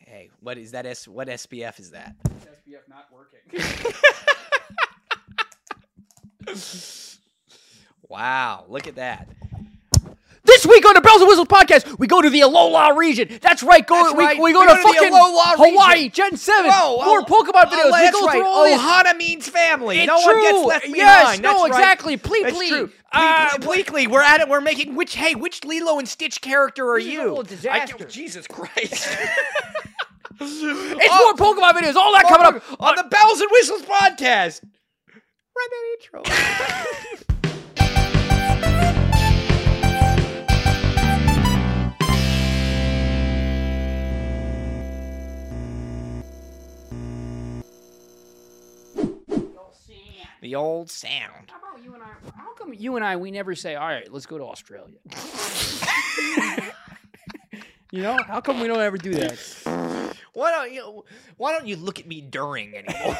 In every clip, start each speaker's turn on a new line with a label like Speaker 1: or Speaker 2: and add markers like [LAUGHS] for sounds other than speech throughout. Speaker 1: Hey, what is that? S what SPF is that?
Speaker 2: It's SPF not
Speaker 3: [LAUGHS]
Speaker 2: working.
Speaker 1: wow, look at that. This week on the Bells and Whistles podcast, we go to the Alola region. That's right, go
Speaker 3: That's
Speaker 1: we,
Speaker 3: right,
Speaker 1: we go, to, fucking
Speaker 3: Alola region.
Speaker 1: Hawaii, Gen Seven,
Speaker 3: Whoa,
Speaker 1: more
Speaker 3: Al-
Speaker 1: Pokemon
Speaker 3: Oh,
Speaker 1: videos. we
Speaker 3: that's
Speaker 1: go
Speaker 3: right.
Speaker 1: through all this.
Speaker 3: Ohana means family.
Speaker 1: It's
Speaker 3: no one
Speaker 1: true.
Speaker 3: gets left behind.
Speaker 1: Yes,
Speaker 3: That's
Speaker 1: no,
Speaker 3: right.
Speaker 1: exactly. Pleat,
Speaker 3: That's
Speaker 1: pleat.
Speaker 3: true. Pleat,
Speaker 1: Uh,
Speaker 3: pleat, pleat, pleat. We're at it. We're making which? Hey, which Lilo and Stitch character are This is a
Speaker 2: whole
Speaker 3: you?
Speaker 2: disaster.
Speaker 3: I, oh, Jesus Christ!
Speaker 1: [LAUGHS]
Speaker 3: [LAUGHS] Oh.
Speaker 1: It's more Pokemon videos. All that coming up.
Speaker 3: on the Bells and Whistles podcast. Run that intro. [LAUGHS] the old sound.
Speaker 2: How about you and I? How come you and I we never say, "All right, let's go
Speaker 3: [LAUGHS]
Speaker 2: to Australia"? [LAUGHS] you know, how come we don't ever do that?
Speaker 3: Why don't you? Why don't you look at me during anymore?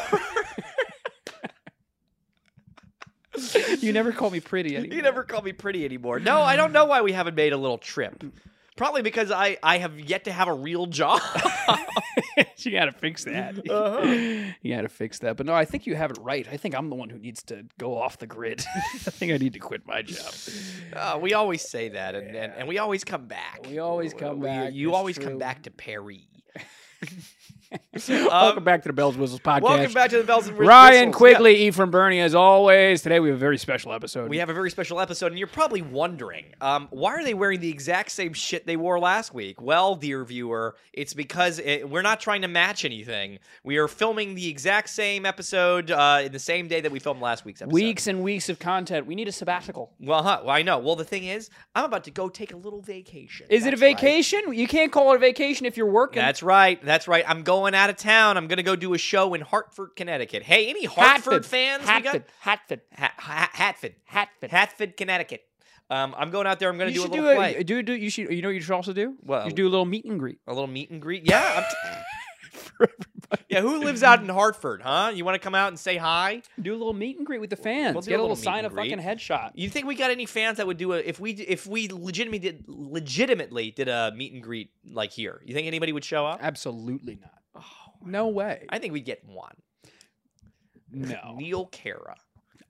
Speaker 2: You never call me pretty
Speaker 3: [LAUGHS]
Speaker 2: anymore.
Speaker 3: You never call me pretty anymore. No, I don't know why we haven't made a little trip. Probably because I, I have yet to have a real [LAUGHS] job.
Speaker 2: [LAUGHS] you got to fix that.
Speaker 3: Uh-huh.
Speaker 2: You got to fix that. But no, I think you have it right. I think I'm the one who needs to go off the grid. [LAUGHS] I think I need to quit my job.
Speaker 3: Uh, we always say that, and, and, and we always come back.
Speaker 2: We always come
Speaker 3: We-
Speaker 2: back,
Speaker 3: You
Speaker 2: it's
Speaker 3: always
Speaker 2: true.
Speaker 3: come back to
Speaker 2: [LAUGHS]
Speaker 3: Perry.
Speaker 2: Welcome back to the Bells Whistles podcast.
Speaker 3: Um, Welcome back to the Bells and Whis- Whistles.
Speaker 2: Ryan
Speaker 3: Yeah.
Speaker 2: Quigley, Ephraim Bernie, as always. Today we have a very special episode.
Speaker 3: We have a very special episode, and you're probably wondering, um, why are they wearing the exact same shit they wore last week? Well, dear viewer, it's because it, we're not trying to match anything. We are filming the exact same episode uh, in the same day that we filmed last week's episode.
Speaker 2: weeks and weeks of content. We need a sabbatical.
Speaker 3: Well, huh, well, I know. Well, the thing is, I'm about to go take a little vacation.
Speaker 2: Is it a
Speaker 3: That's right.
Speaker 2: vacation? You can't call it a vacation if you're working.
Speaker 3: That's right. That's right. I'm going out of town. I'm going to go do a show in Hartford, Connecticut. Hey, any Hartford
Speaker 2: Hatford.
Speaker 3: fans? We got?
Speaker 2: Hatford. Hatford.
Speaker 3: Ha- ha- Hatford.
Speaker 2: Hatford.
Speaker 3: Hatford, Connecticut. Um, I'm going out there. I'm going to
Speaker 2: You
Speaker 3: do a
Speaker 2: should
Speaker 3: little
Speaker 2: do
Speaker 3: play.
Speaker 2: a do do you should you know what you should also do
Speaker 3: Well-
Speaker 2: you do a little meet and greet.
Speaker 3: A little meet and greet. Yeah. I'm
Speaker 2: [LAUGHS]
Speaker 3: yeah, who lives out in Hartford, huh? You want to come out and say hi?
Speaker 2: Do a little meet and greet with the fans.
Speaker 3: We'll do
Speaker 2: Get
Speaker 3: a
Speaker 2: a little,
Speaker 3: little meet
Speaker 2: sign
Speaker 3: and
Speaker 2: a fucking
Speaker 3: greet.
Speaker 2: headshot.
Speaker 3: You think we got any fans that would do a if we if we legitimately did legitimately did a meet and greet like here? You think anybody would show up?
Speaker 2: Absolutely not. no way.
Speaker 3: Oh, I think we'd get one.
Speaker 2: no.
Speaker 3: Neil Cara.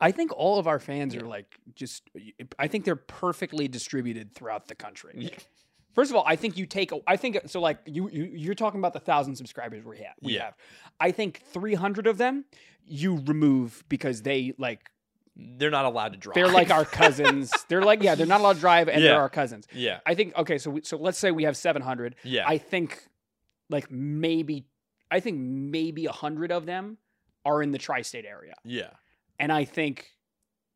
Speaker 2: I think all of our fans are like just. I think they're perfectly distributed throughout the country.
Speaker 3: Yeah.
Speaker 2: First of all, I think you take. a- I think so. Like you, you you're talking about the thousand subscribers we have. We
Speaker 3: Yeah.
Speaker 2: have. I think 300 of them you remove because they like
Speaker 3: They're not allowed to drive. [LAUGHS]
Speaker 2: they're like our cousins. they're like yeah, they're not allowed to drive and
Speaker 3: Yeah.
Speaker 2: they're our cousins.
Speaker 3: yeah,
Speaker 2: I think okay, so we, so let's say we have 700.
Speaker 3: yeah.
Speaker 2: I think like maybe I think maybe 100 of them are in the tri-state area.
Speaker 3: yeah.
Speaker 2: and I think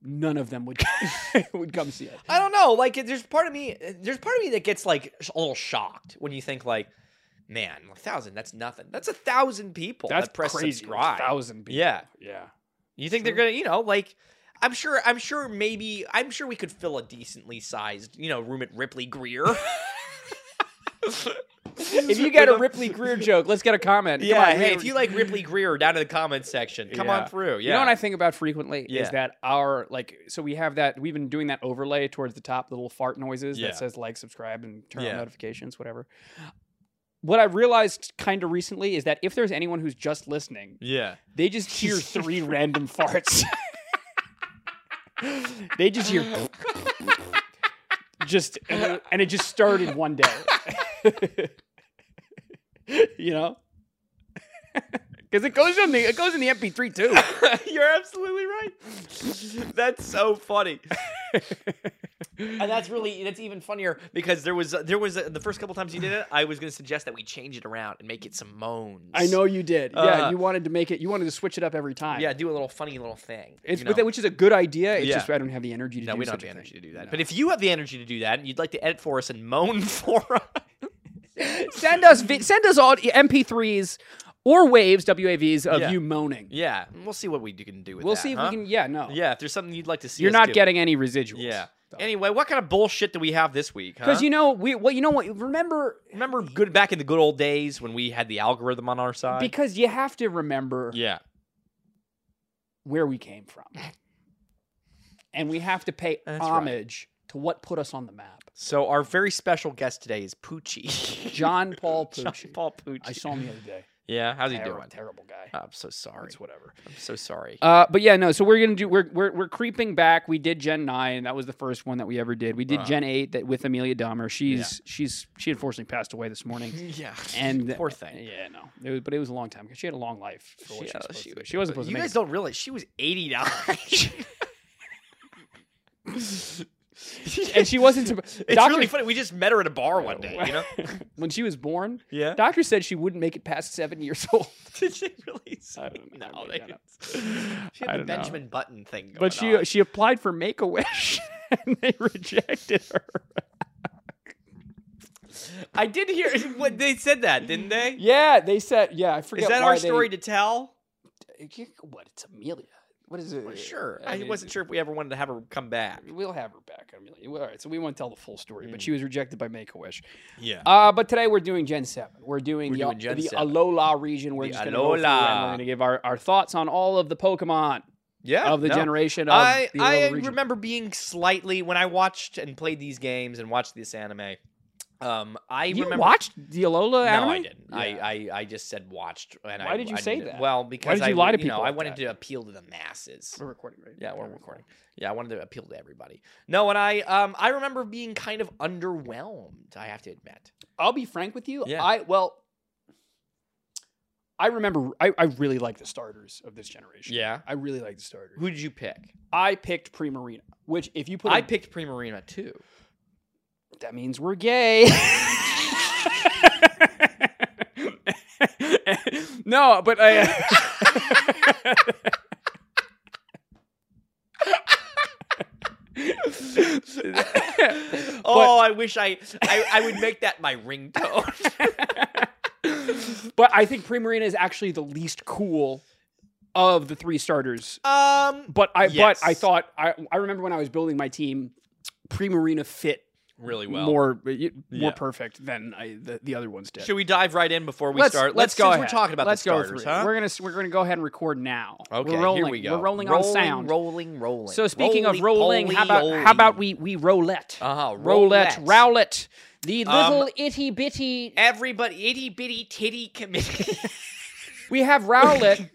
Speaker 2: none of them would [LAUGHS] would come see it.
Speaker 3: I don't know. Like, there's part of me. There's part of me that gets like sh- a little shocked when you think like, man, a thousand. That's nothing. That's a thousand people.
Speaker 2: That's
Speaker 3: that press
Speaker 2: crazy.
Speaker 3: subscribe.
Speaker 2: thousand people.
Speaker 3: Yeah.
Speaker 2: yeah.
Speaker 3: You think
Speaker 2: True.
Speaker 3: they're gonna, you know, like I'm sure, I'm sure, maybe, I'm sure we could fill a decently sized, you know, room at Ripley
Speaker 2: [LAUGHS]
Speaker 3: Greer.
Speaker 2: If you get a
Speaker 3: With [LAUGHS]
Speaker 2: Ripley Greer joke, let's get a comment. Come
Speaker 3: yeah,
Speaker 2: on,
Speaker 3: hey,
Speaker 2: we-
Speaker 3: if you like Ripley Greer, down in the comments section, come
Speaker 2: Yeah.
Speaker 3: on through. Yeah,
Speaker 2: You know what I think about frequently
Speaker 3: Yeah.
Speaker 2: is that our like so we have that we've been doing that overlay towards the top the little fart noises
Speaker 3: Yeah.
Speaker 2: that says like subscribe and turn on
Speaker 3: Yeah.
Speaker 2: notifications whatever. What I realized kind of recently is that if there's anyone who's just listening,
Speaker 3: yeah,
Speaker 2: they just hear three random farts. [LAUGHS] they just hear [LAUGHS] just and it- and it just started one day. [LAUGHS] you know? [LAUGHS] Cuz it goes in the it goes in the MP3 too.
Speaker 3: [LAUGHS] you're absolutely right. [LAUGHS] That's so funny. and that's really that's even funnier because there was there was the first couple times you did it, I was going to suggest that we change it around and make it some moans.
Speaker 2: I know you did. Yeah,
Speaker 3: Uh,
Speaker 2: you wanted to make it you wanted to switch it up every time.
Speaker 3: Yeah, do a little funny little thing.
Speaker 2: It's
Speaker 3: you know?
Speaker 2: but that- which is a good idea. It's
Speaker 3: Yeah.
Speaker 2: just I don't have the energy to
Speaker 3: No,
Speaker 2: do
Speaker 3: we don't have
Speaker 2: such
Speaker 3: the
Speaker 2: a thing.
Speaker 3: energy to do that.
Speaker 2: No.
Speaker 3: But if you have the energy to do that and you'd like to edit for us and moan [LAUGHS] for us,
Speaker 2: send us vi- send us all MP3s or waves WAVs of
Speaker 3: Yeah.
Speaker 2: you moaning.
Speaker 3: yeah, we'll see what we do- can do with
Speaker 2: We'll
Speaker 3: that,
Speaker 2: see if
Speaker 3: huh?
Speaker 2: we can. Yeah, no.
Speaker 3: Yeah, if there's something you'd like to see,
Speaker 2: You're
Speaker 3: us
Speaker 2: not
Speaker 3: do.
Speaker 2: getting any residuals.
Speaker 3: Yeah. Anyway, what kind of bullshit do we have this week?
Speaker 2: Because
Speaker 3: Because
Speaker 2: you know we well you know what remember
Speaker 3: remember good back in the good old days when we had the algorithm on our side.
Speaker 2: because you have to remember
Speaker 3: yeah,
Speaker 2: where we came from, and we have to pay
Speaker 3: That's right.
Speaker 2: homage to what put us on the map.
Speaker 3: So our very special guest today is Poochie.
Speaker 2: [LAUGHS] John
Speaker 3: [LAUGHS]
Speaker 2: Paul
Speaker 3: John
Speaker 2: Pucci.
Speaker 3: Paul Poochie.
Speaker 2: I saw him the other day.
Speaker 3: yeah, how's he
Speaker 2: Terri-
Speaker 3: doing?
Speaker 2: Terrible guy.
Speaker 3: I'm so sorry.
Speaker 2: It's whatever.
Speaker 3: I'm so sorry.
Speaker 2: Uh, but yeah, no. So we're gonna do. We're we're we're creeping back. We did Gen Nine. That was the first one that we ever did. We did
Speaker 3: Uh.
Speaker 2: Gen Eight that with Amelia Dahmer. She's she's she unfortunately passed away this morning.
Speaker 3: yeah.
Speaker 2: [LAUGHS] And
Speaker 3: poor thing.
Speaker 2: Yeah, no. It was, but it was a long time because she had a long life. For what
Speaker 3: She-
Speaker 2: she,
Speaker 3: uh,
Speaker 2: was supposed
Speaker 3: she
Speaker 2: to
Speaker 3: was-
Speaker 2: do. she wasn't supposed
Speaker 3: You
Speaker 2: to make
Speaker 3: guys don't realize she was eighty dollars. [LAUGHS]
Speaker 2: it. And she wasn't. supp-
Speaker 3: [LAUGHS] It's
Speaker 2: doctor,
Speaker 3: really funny. We just met her at a bar one day, you know?
Speaker 2: [LAUGHS] when she was born,
Speaker 3: Yeah.
Speaker 2: doctor said she wouldn't make it past seven years old.
Speaker 3: Did [LAUGHS] she really say?
Speaker 2: I don't know.
Speaker 3: No,
Speaker 2: I
Speaker 3: they
Speaker 2: don't know.
Speaker 3: didn't. She
Speaker 2: I
Speaker 3: had the
Speaker 2: don't know.
Speaker 3: Benjamin Button thing [LAUGHS] going
Speaker 2: But she
Speaker 3: on.
Speaker 2: she applied for Make a Wish, [LAUGHS] and they rejected her.
Speaker 3: I did hear [LAUGHS] what they said that, didn't they?
Speaker 2: Yeah, they said. Yeah, I forget.
Speaker 3: Is that
Speaker 2: why
Speaker 3: our
Speaker 2: they-
Speaker 3: story to tell?
Speaker 2: What? It's Amelia. What is it?
Speaker 3: Well, sure.
Speaker 2: I
Speaker 3: I
Speaker 2: mean-
Speaker 3: wasn't sure if we ever wanted to have her come back.
Speaker 2: We'll have her back, Amelia. All right, so we won't tell the full story,
Speaker 3: Hmm.
Speaker 2: but she was rejected by Make a Wish.
Speaker 3: Yeah.
Speaker 2: Uh, but today we're doing Gen 7. We're doing
Speaker 3: We're
Speaker 2: the,
Speaker 3: doing Gen
Speaker 2: the
Speaker 3: 7.
Speaker 2: Alola region. We're
Speaker 3: The
Speaker 2: just going to go through and
Speaker 3: Alola.
Speaker 2: we're going to give our, our thoughts on all of the Pokemon
Speaker 3: Yeah.
Speaker 2: of the
Speaker 3: no.
Speaker 2: generation of
Speaker 3: I,
Speaker 2: the
Speaker 3: I
Speaker 2: Alola region.
Speaker 3: remember being slightly when I watched and played these games and watched this anime. Um, I
Speaker 2: you
Speaker 3: remember
Speaker 2: watched the Alola
Speaker 3: No,
Speaker 2: anime?
Speaker 3: I didn't.
Speaker 2: Yeah.
Speaker 3: I, I I just said watched. And
Speaker 2: Why
Speaker 3: I,
Speaker 2: did you
Speaker 3: I
Speaker 2: say
Speaker 3: didn't-
Speaker 2: that?
Speaker 3: Well, because
Speaker 2: did
Speaker 3: I
Speaker 2: you lie to
Speaker 3: w- know,
Speaker 2: people
Speaker 3: I
Speaker 2: like
Speaker 3: wanted
Speaker 2: that? Mm.
Speaker 3: to appeal to the masses.
Speaker 2: We're recording, right?
Speaker 3: Yeah, we're
Speaker 2: Okay.
Speaker 3: recording. Yeah, I wanted to appeal to everybody. No, and I um I remember being kind of underwhelmed. I have to admit.
Speaker 2: I'll be frank with you.
Speaker 3: Yeah.
Speaker 2: I well, I remember. I, I really like the starters of this generation.
Speaker 3: Yeah.
Speaker 2: I really like the starters.
Speaker 3: Who did you pick?
Speaker 2: I picked Primarina, which if you put,
Speaker 3: I
Speaker 2: a-
Speaker 3: picked Primarina [LAUGHS] too.
Speaker 2: that means we're gay. [LAUGHS] no, but
Speaker 3: [LAUGHS]
Speaker 2: [LAUGHS] I.
Speaker 3: oh, I wish I, I I would make that my ringtone.
Speaker 2: [LAUGHS] but I think Primarina is actually the least cool of the three starters.
Speaker 3: [LAUGHS] um,
Speaker 2: But I
Speaker 3: Yes.
Speaker 2: but I thought I I remember when I was building my team, Primarina fit
Speaker 3: really well.
Speaker 2: more more
Speaker 3: Yeah.
Speaker 2: perfect than I, the, the other ones did.
Speaker 3: Should we dive right in before we
Speaker 2: let's,
Speaker 3: start?
Speaker 2: Let's, go.
Speaker 3: since
Speaker 2: ahead.
Speaker 3: We're talking about
Speaker 2: let's
Speaker 3: the starters,
Speaker 2: go through it.
Speaker 3: huh?
Speaker 2: We're gonna s- we're gonna go ahead and record now.
Speaker 3: okay,
Speaker 2: we're rolling.
Speaker 3: here we go.
Speaker 2: We're rolling, on sound.
Speaker 3: Rolling, rolling.
Speaker 2: So speaking of rolling,
Speaker 3: Roly-poly,
Speaker 2: how about
Speaker 3: rolling.
Speaker 2: how about we we roulette?
Speaker 3: Uh-huh,
Speaker 2: roulette,
Speaker 3: roulette.
Speaker 2: roulette. The
Speaker 3: Um,
Speaker 2: little itty bitty
Speaker 3: everybody itty bitty titty
Speaker 2: [LAUGHS]
Speaker 3: committee? [LAUGHS]
Speaker 2: We have Rowlett,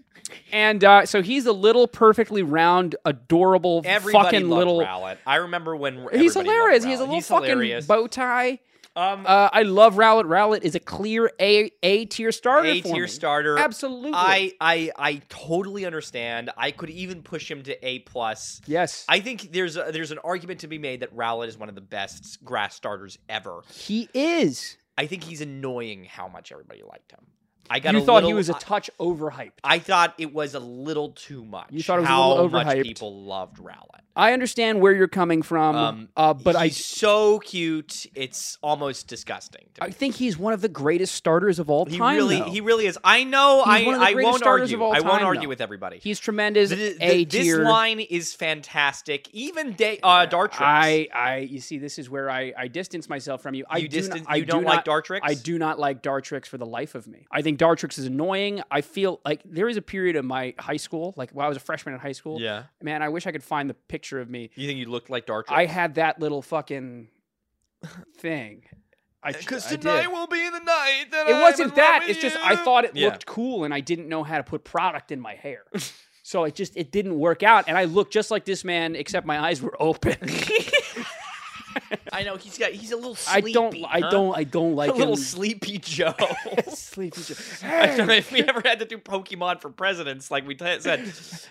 Speaker 2: and uh, so he's a little perfectly round, adorable,
Speaker 3: everybody
Speaker 2: fucking
Speaker 3: loved
Speaker 2: little.
Speaker 3: Rowlett. I remember when everybody loved
Speaker 2: He's hilarious. He has a
Speaker 3: Rowlett.
Speaker 2: little
Speaker 3: He's
Speaker 2: fucking
Speaker 3: hilarious.
Speaker 2: bow tie.
Speaker 3: um,
Speaker 2: Uh, I love Rowlett. Rowlett is a clear A A tier starter.
Speaker 3: a
Speaker 2: for me.
Speaker 3: tier starter.
Speaker 2: Absolutely.
Speaker 3: I I I totally understand. I could even push him to A plus.
Speaker 2: yes.
Speaker 3: I think there's a, there's an argument to be made that Rowlett is one of the best grass starters ever.
Speaker 2: he is.
Speaker 3: I think he's annoying how much everybody liked him. I got
Speaker 2: You
Speaker 3: a
Speaker 2: thought
Speaker 3: little,
Speaker 2: he was a
Speaker 3: I-
Speaker 2: touch overhyped.
Speaker 3: I thought it was a little too much.
Speaker 2: You thought it was a
Speaker 3: how
Speaker 2: little overhyped.
Speaker 3: much people loved Rowlett.
Speaker 2: I understand where you're coming from,
Speaker 3: Um,
Speaker 2: uh, but I
Speaker 3: he's so cute. It's almost disgusting. To me.
Speaker 2: I think he's one of the greatest starters of all
Speaker 3: he
Speaker 2: time.
Speaker 3: really
Speaker 2: though.
Speaker 3: he really is. I know.
Speaker 2: He's
Speaker 3: I
Speaker 2: one of the
Speaker 3: I
Speaker 2: greatest
Speaker 3: won't
Speaker 2: starters
Speaker 3: argue.
Speaker 2: of all
Speaker 3: I won't
Speaker 2: time,
Speaker 3: argue
Speaker 2: though.
Speaker 3: with everybody.
Speaker 2: he's tremendous.
Speaker 3: Th- th-
Speaker 2: A
Speaker 3: this
Speaker 2: tier.
Speaker 3: line is fantastic. Even day uh, Dartrix.
Speaker 2: I, I, you see, this is where I, I distance myself from you. I
Speaker 3: you
Speaker 2: do
Speaker 3: distan-
Speaker 2: not, I
Speaker 3: you
Speaker 2: do
Speaker 3: don't like
Speaker 2: not,
Speaker 3: Dartrix.
Speaker 2: I do not like Dartrix for the life of me. I think Dartrix is annoying. I feel like there is a period of my high school, like when I was a freshman in high school.
Speaker 3: Yeah.
Speaker 2: Man, I wish I could find the picture of me.
Speaker 3: You think you looked like Dartrix? [LAUGHS]
Speaker 2: I had that little fucking thing. I
Speaker 3: Because
Speaker 2: I did.
Speaker 3: tonight will be the night that
Speaker 2: It
Speaker 3: I'm
Speaker 2: wasn't
Speaker 3: in
Speaker 2: that.
Speaker 3: love with
Speaker 2: It's just
Speaker 3: you.
Speaker 2: I thought it
Speaker 3: Yeah.
Speaker 2: looked cool, and I didn't know how to put product in my
Speaker 3: [LAUGHS]
Speaker 2: hair. So it just it didn't work out, and I looked just like this man, except my eyes were
Speaker 3: [LAUGHS]
Speaker 2: open.
Speaker 3: I know he's got. He's a little.
Speaker 2: I
Speaker 3: Sleepy,
Speaker 2: don't, I
Speaker 3: huh?
Speaker 2: don't, I don't like
Speaker 3: [LAUGHS] A little
Speaker 2: him.
Speaker 3: sleepy Joe.
Speaker 2: [LAUGHS] Sleepy Joe.
Speaker 3: [LAUGHS] I don't know if we ever had to do Pokemon for presidents, like we t-
Speaker 2: [LAUGHS]
Speaker 3: said,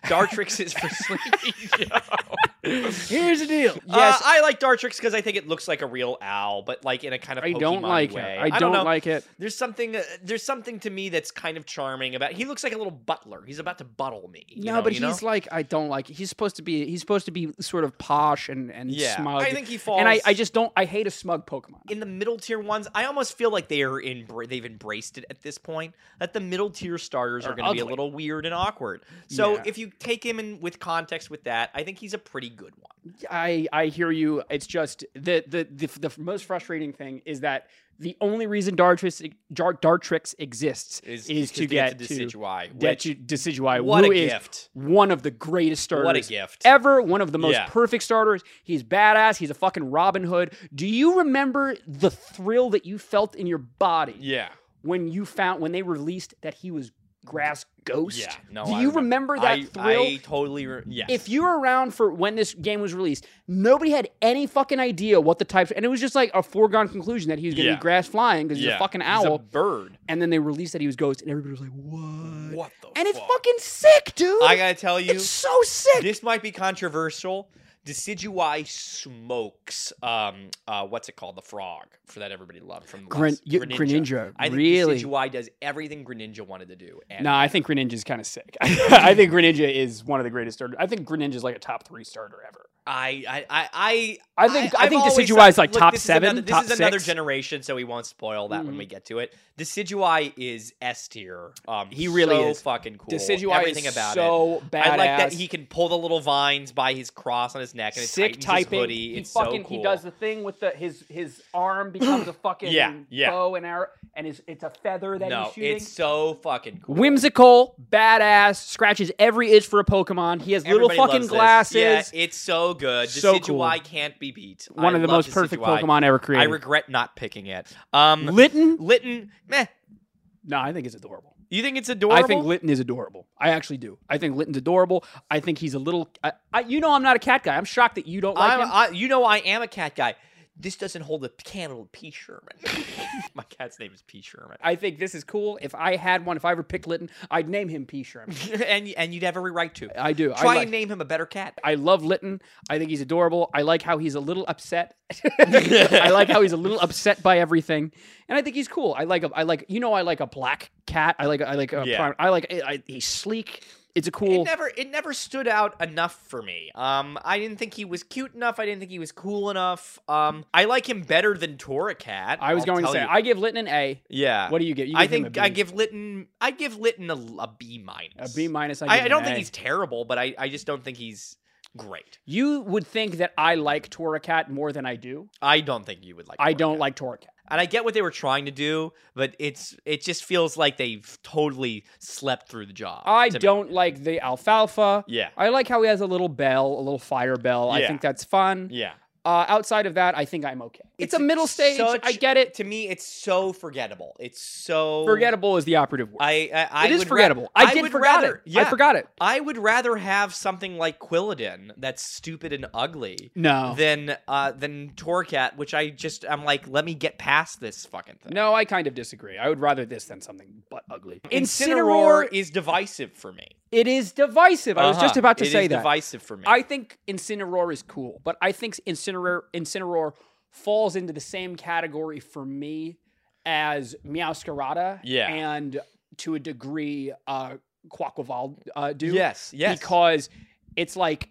Speaker 3: Dartrix is for Sleepy Joe.
Speaker 2: Here's
Speaker 3: [LAUGHS]
Speaker 2: the deal.
Speaker 3: Yes,
Speaker 2: Yes,
Speaker 3: I like Dartrix because I think it looks like a real owl, but like in a kind of
Speaker 2: I don't
Speaker 3: Pokemon
Speaker 2: like
Speaker 3: way.
Speaker 2: it. I, don't,
Speaker 3: know.
Speaker 2: like it.
Speaker 3: There's something. Uh, there's something to me that's kind of charming about. He looks like a little butler. He's about to buttle me. you
Speaker 2: No,
Speaker 3: know,
Speaker 2: but
Speaker 3: you know?
Speaker 2: he's like I don't like. It. He's supposed to be. He's supposed to be sort of posh and and
Speaker 3: yeah.
Speaker 2: smug.
Speaker 3: I think he falls.
Speaker 2: and I, I just don't. I hate a smug Pokemon.
Speaker 3: in the middle tier ones, I almost feel like they are in. They've embraced it at this point. That the middle tier starters are
Speaker 2: They're
Speaker 3: going to be a
Speaker 2: ugly.
Speaker 3: little weird and awkward. So
Speaker 2: Yeah.
Speaker 3: if you take him in with context with that, I think he's a pretty good one.
Speaker 2: I I hear you. It's just the the the, the f- most frustrating thing is that the only reason Dartrix Dar, Dartrix exists
Speaker 3: Is,
Speaker 2: is, to get to
Speaker 3: Decidueye,
Speaker 2: get
Speaker 3: which
Speaker 2: to Decidueye,
Speaker 3: what
Speaker 2: who
Speaker 3: a
Speaker 2: is
Speaker 3: gift.
Speaker 2: one of the greatest starters
Speaker 3: What a gift.
Speaker 2: ever, one of the most
Speaker 3: Yeah.
Speaker 2: perfect starters. He's badass. He's a fucking Robin Hood. Do you remember the thrill that you felt in your body
Speaker 3: yeah.
Speaker 2: when you found when they released that he was Grass Ghost?
Speaker 3: Yeah. No,
Speaker 2: Do
Speaker 3: I
Speaker 2: you
Speaker 3: remember.
Speaker 2: remember that
Speaker 3: I,
Speaker 2: thrill?
Speaker 3: I totally re- yes.
Speaker 2: if you were around for when this game was released, nobody had any fucking idea what the types, and it was just like a foregone conclusion that he was going to
Speaker 3: Yeah.
Speaker 2: be grass flying because he's
Speaker 3: Yeah.
Speaker 2: a fucking
Speaker 3: He's
Speaker 2: owl.
Speaker 3: bird.
Speaker 2: and then they released that he was ghost, and everybody was like, "What?"
Speaker 3: What the
Speaker 2: and it's
Speaker 3: fuck?
Speaker 2: fucking sick, dude.
Speaker 3: I gotta tell you,
Speaker 2: it's so sick.
Speaker 3: this might be controversial. Decidueye smokes. Um, uh, what's it called? The frog for that everybody loved from
Speaker 2: Gren-
Speaker 3: Lux.
Speaker 2: you-
Speaker 3: Greninja.
Speaker 2: Greninja,
Speaker 3: I think
Speaker 2: really?
Speaker 3: Decidueye does everything Greninja wanted to do. And
Speaker 2: No, I think Greninja is kind of sick. [LAUGHS] I think Greninja is one of the greatest starters. I think Greninja is like a top three starter ever.
Speaker 3: I, I, I, I,
Speaker 2: I think- I
Speaker 3: I've
Speaker 2: think
Speaker 3: always-
Speaker 2: Decidueye is, like,
Speaker 3: look,
Speaker 2: top
Speaker 3: this
Speaker 2: seven,
Speaker 3: Is another, this
Speaker 2: top
Speaker 3: is another
Speaker 2: six. Mm.
Speaker 3: generation, so we won't spoil that when we get to it. Decidueye is S tier. Um,
Speaker 2: He really
Speaker 3: so
Speaker 2: is.
Speaker 3: fucking cool.
Speaker 2: Decidueye
Speaker 3: Everything
Speaker 2: is
Speaker 3: about it.
Speaker 2: so badass.
Speaker 3: I like that he can pull the little vines by his cross on his neck and it
Speaker 2: sick
Speaker 3: tightens
Speaker 2: typing.
Speaker 3: His hoodie.
Speaker 2: He
Speaker 3: it's
Speaker 2: fucking
Speaker 3: so cool.
Speaker 2: he does the thing with the his his
Speaker 3: [CLEARS THROAT]
Speaker 2: arm becomes a fucking
Speaker 3: Yeah, yeah.
Speaker 2: bow and arrow, and it's it's a feather that
Speaker 3: no,
Speaker 2: he's shooting.
Speaker 3: it's so fucking cool.
Speaker 2: whimsical, badass, scratches every itch for a Pokemon. He has
Speaker 3: Everybody
Speaker 2: little
Speaker 3: loves
Speaker 2: fucking
Speaker 3: this.
Speaker 2: glasses.
Speaker 3: Yeah, it's so good.
Speaker 2: So
Speaker 3: Decidueye
Speaker 2: cool.
Speaker 3: can't be beat.
Speaker 2: One
Speaker 3: I
Speaker 2: of the
Speaker 3: love
Speaker 2: most perfect
Speaker 3: Decidueye.
Speaker 2: Pokemon ever
Speaker 3: I
Speaker 2: created.
Speaker 3: regret not picking it. Um,
Speaker 2: Litten?
Speaker 3: Litten, meh.
Speaker 2: No, I think it's adorable.
Speaker 3: You think it's adorable?
Speaker 2: I think Litten is adorable. I actually do. I think Litten's adorable. I think he's a little. I, I, you know, I'm not a cat guy. I'm shocked that you don't like
Speaker 3: I'm-
Speaker 2: him.
Speaker 3: I, you know I am a cat guy. This doesn't hold a candle to P. Sherman. [LAUGHS] My cat's name is P. Sherman.
Speaker 2: I think this is cool. If I had one, if I ever picked Litten, I'd name him P. Sherman.
Speaker 3: [LAUGHS] and and you'd have every right to.
Speaker 2: I do. I
Speaker 3: Try
Speaker 2: like-
Speaker 3: and name him a better cat.
Speaker 2: I love Litton. I think he's adorable. I like how he's a little upset. [LAUGHS] I like how he's a little upset by everything, and I think he's cool. I like a, I like you know I like a black cat. I like I like a
Speaker 3: Yeah.
Speaker 2: prime, I like I, I, he's sleek. It's a
Speaker 3: It
Speaker 2: cool.
Speaker 3: never it never stood out enough for me. Um, I didn't think he was cute enough. I didn't think he was cool enough. Um, I like him better than Toracat.
Speaker 2: I was
Speaker 3: I'll
Speaker 2: going to
Speaker 3: tell
Speaker 2: say
Speaker 3: you.
Speaker 2: I give Litton an A.
Speaker 3: yeah.
Speaker 2: What do you give? You
Speaker 3: I
Speaker 2: give him
Speaker 3: think
Speaker 2: a
Speaker 3: I
Speaker 2: B.
Speaker 3: give Litton. I give Litton a, a B minus.
Speaker 2: a B minus. I, give
Speaker 3: I, I
Speaker 2: him
Speaker 3: don't
Speaker 2: an
Speaker 3: think
Speaker 2: A.
Speaker 3: he's terrible, but I, I just don't think he's great.
Speaker 2: You would think that I like Toracat more than I do.
Speaker 3: I don't think you would like.
Speaker 2: I don't
Speaker 3: Toracat.
Speaker 2: like Toracat.
Speaker 3: and I get what they were trying to do, but it's it just feels like they've totally slept through the job.
Speaker 2: I
Speaker 3: to me.
Speaker 2: don't like the alfalfa.
Speaker 3: Yeah,
Speaker 2: I like how he has a little bell, a little fire bell. I
Speaker 3: Yeah.
Speaker 2: think that's fun.
Speaker 3: yeah.
Speaker 2: Uh, outside of that, I think I'm okay. It's, a middle stage.
Speaker 3: such-
Speaker 2: I get it.
Speaker 3: To me, it's so forgettable. It's so
Speaker 2: Forgettable is the operative word.
Speaker 3: I, I, I
Speaker 2: it is
Speaker 3: would ra-
Speaker 2: forgettable. I did
Speaker 3: would
Speaker 2: forget
Speaker 3: rather,
Speaker 2: it.
Speaker 3: Yeah,
Speaker 2: I forgot it.
Speaker 3: I would rather have something like Quilladin that's stupid and ugly
Speaker 2: No.
Speaker 3: than uh than Torcat, which I just I'm like, let me get past this fucking thing.
Speaker 2: No, I kind of disagree. I would rather this than something but ugly.
Speaker 3: Incineroar,
Speaker 2: Incineroar,
Speaker 3: is divisive for me.
Speaker 2: it is divisive. I was just
Speaker 3: Uh-huh.
Speaker 2: about to
Speaker 3: It
Speaker 2: say
Speaker 3: is
Speaker 2: that.
Speaker 3: divisive for me.
Speaker 2: I think Incineroar is cool, but I think Incineroar, Incineroar falls into the same category for me as Meowscarada
Speaker 3: Yeah.
Speaker 2: and to a degree uh, Quackleval uh, do.
Speaker 3: yes, yes,
Speaker 2: Because it's like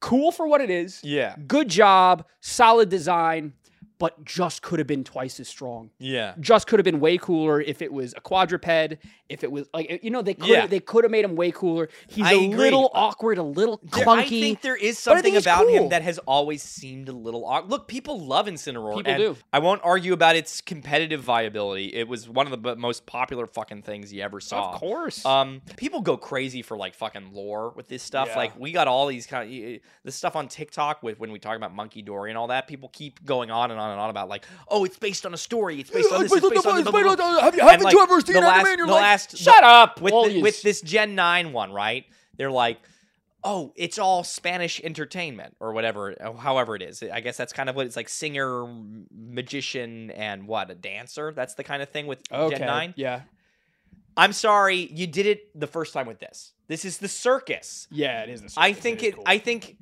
Speaker 2: cool for what it is.
Speaker 3: yeah,
Speaker 2: good job, solid design, but just could have been twice as strong.
Speaker 3: yeah.
Speaker 2: Just could have been way cooler if it was a quadruped. If it was like you know they could
Speaker 3: Yeah.
Speaker 2: have they could have made him way cooler. He's
Speaker 3: I
Speaker 2: a
Speaker 3: agree.
Speaker 2: little awkward, a little
Speaker 3: There-
Speaker 2: clunky.
Speaker 3: I think there is
Speaker 2: but I
Speaker 3: something
Speaker 2: think it's
Speaker 3: about him
Speaker 2: cool.
Speaker 3: that has always seemed a little odd. Look, people love Incineroar.
Speaker 2: People
Speaker 3: and
Speaker 2: do.
Speaker 3: I won't argue about its competitive viability. It was one of the b- most popular fucking things you ever saw.
Speaker 2: of course,
Speaker 3: Um, people go crazy for like fucking lore with this stuff.
Speaker 2: Yeah.
Speaker 3: Like we got all these kind of the stuff on TikTok with when we talk about Monkey Dory and all that. People keep going on and on and on about like, oh, it's based on a story. It's based on this. It's based on this. blah, blah, blah."
Speaker 2: [LAUGHS]
Speaker 1: Have you,
Speaker 3: And, like, the last- the last-
Speaker 2: shut up
Speaker 3: with
Speaker 2: will
Speaker 3: the-
Speaker 2: yous.
Speaker 3: with this Gen Nine one, right? They're like, oh, it's all Spanish entertainment or whatever, or however it is. I guess that's kind of what it's like: singer, m- magician, and what a dancer. That's the kind of thing with
Speaker 2: okay,
Speaker 3: Gen Nine.
Speaker 2: yeah,
Speaker 3: I'm sorry, you did it the first time with this. This is the circus.
Speaker 2: yeah, it is. The
Speaker 3: I
Speaker 2: circus.
Speaker 3: think
Speaker 2: is
Speaker 3: it.
Speaker 2: cool.
Speaker 3: I think.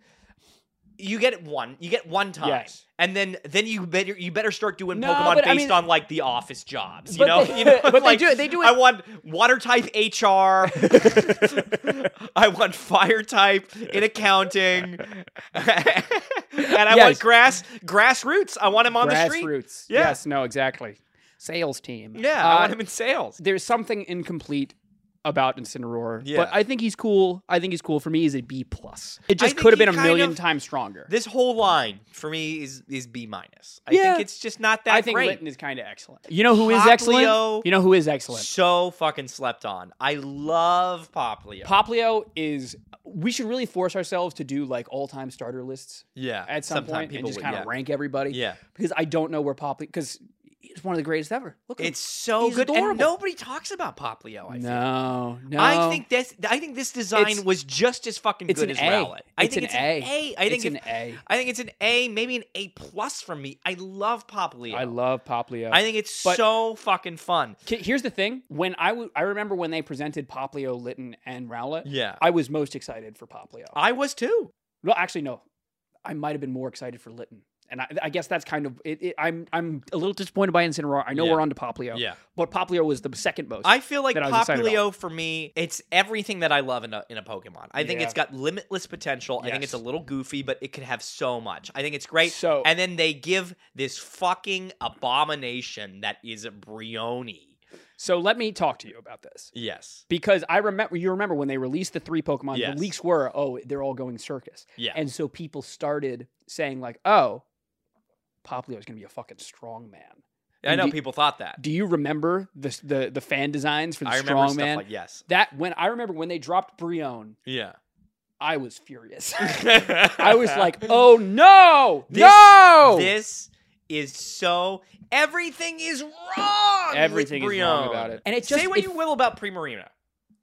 Speaker 3: You get it one. You get one time,
Speaker 2: Yes.
Speaker 3: and then then you better you better start doing
Speaker 2: No,
Speaker 3: Pokemon
Speaker 2: but
Speaker 3: based
Speaker 2: I mean-
Speaker 3: on like the office jobs. You
Speaker 2: But
Speaker 3: know, [LAUGHS]
Speaker 2: they-
Speaker 3: you know,
Speaker 2: [LAUGHS] but they
Speaker 3: like,
Speaker 2: do it- they do
Speaker 3: I
Speaker 2: it-
Speaker 3: want water type HR. [LAUGHS] I want fire type in accounting, [LAUGHS] and I want
Speaker 2: Yes.
Speaker 3: grass grassroots. I want him on the street.
Speaker 2: grassroots.
Speaker 3: Yeah.
Speaker 2: Yes, no, exactly. Sales team.
Speaker 3: Yeah,
Speaker 2: Uh,
Speaker 3: I want him in sales.
Speaker 2: there's something incomplete about Incineroar.
Speaker 3: Yeah.
Speaker 2: But I think he's cool. I think he's cool. For me, he's a B plus. It
Speaker 3: I
Speaker 2: just
Speaker 3: think
Speaker 2: could have been
Speaker 3: he
Speaker 2: a
Speaker 3: kind
Speaker 2: million
Speaker 3: of-
Speaker 2: times stronger.
Speaker 3: This whole line for me is is B minus. I
Speaker 2: Yeah.
Speaker 3: think it's just not that
Speaker 2: I think
Speaker 3: great.
Speaker 2: Litton is kind of excellent. You know who is excellent?
Speaker 3: Poplio-
Speaker 2: You know who is excellent?
Speaker 3: so fucking slept on. I love Poplio.
Speaker 2: Poplio is. We should really force ourselves to do like all time starter lists
Speaker 3: yeah,
Speaker 2: at some
Speaker 3: sometime
Speaker 2: point and just
Speaker 3: would,
Speaker 2: kind of
Speaker 3: yeah.
Speaker 2: rank everybody.
Speaker 3: Yeah.
Speaker 2: Because I don't know where Poplio. Because he's one of the greatest ever. Look at
Speaker 3: It's so
Speaker 2: He's
Speaker 3: good,
Speaker 2: adorable.
Speaker 3: and nobody talks about Poplio. I
Speaker 2: him.
Speaker 3: feel.
Speaker 2: No, no.
Speaker 3: I think this. I think this design
Speaker 2: It's-
Speaker 3: was just as fucking
Speaker 2: it's
Speaker 3: good
Speaker 2: an
Speaker 3: as
Speaker 2: A.
Speaker 3: Rowlett. I
Speaker 2: It's
Speaker 3: think
Speaker 2: an
Speaker 3: it's an
Speaker 2: A.
Speaker 3: A. I think
Speaker 2: it's an
Speaker 3: it's.
Speaker 2: A.
Speaker 3: I think it's an A, maybe an A plus from me. I love Poplio.
Speaker 2: I love Poplio.
Speaker 3: I think it's
Speaker 2: But-
Speaker 3: so fucking fun.
Speaker 2: K- Here's the thing: when I w- I remember when they presented Poplio, Litton, and Rowlett,
Speaker 3: Yeah,
Speaker 2: I was most excited for Poplio.
Speaker 3: I was too.
Speaker 2: well, actually, no, I might have been more excited for Litton, and I, I guess that's kind of it, it- I'm I'm a little disappointed by Incineroar. I know
Speaker 3: Yeah.
Speaker 2: we're on to Poplio, but Poplio was the second most.
Speaker 3: I feel like
Speaker 2: that I was excited
Speaker 3: Popplio for me, it's everything that I love in a in a Pokemon. I think
Speaker 2: Yeah.
Speaker 3: it's got limitless potential. I think it's a
Speaker 2: Yes.
Speaker 3: little goofy, but it could have so much. I think it's great.
Speaker 2: So-
Speaker 3: and then they give this fucking abomination that is a Brioni.
Speaker 2: so let me talk to you about this
Speaker 3: Yes.
Speaker 2: because I remember you remember when they released the three Pokemon.
Speaker 3: Yes.
Speaker 2: The leaks were oh they're all going circus,
Speaker 3: Yeah.
Speaker 2: and so people started saying like oh, Poplio is going to be a fucking strong man.
Speaker 3: I know
Speaker 2: Indeed.
Speaker 3: people thought that.
Speaker 2: Do you remember the the, the fan designs for the
Speaker 3: I remember
Speaker 2: strong
Speaker 3: stuff
Speaker 2: man?
Speaker 3: like yes.
Speaker 2: that when I remember when they dropped Brion,
Speaker 3: Yeah.
Speaker 2: I
Speaker 3: [LAUGHS]
Speaker 2: was furious. [LAUGHS] I was like, "Oh no, no!"
Speaker 3: this is so everything is wrong. with
Speaker 2: Everything is wrong about
Speaker 3: Brione.
Speaker 2: it. And it
Speaker 3: Say
Speaker 2: just-
Speaker 3: what
Speaker 2: it-
Speaker 3: you will about Primarina.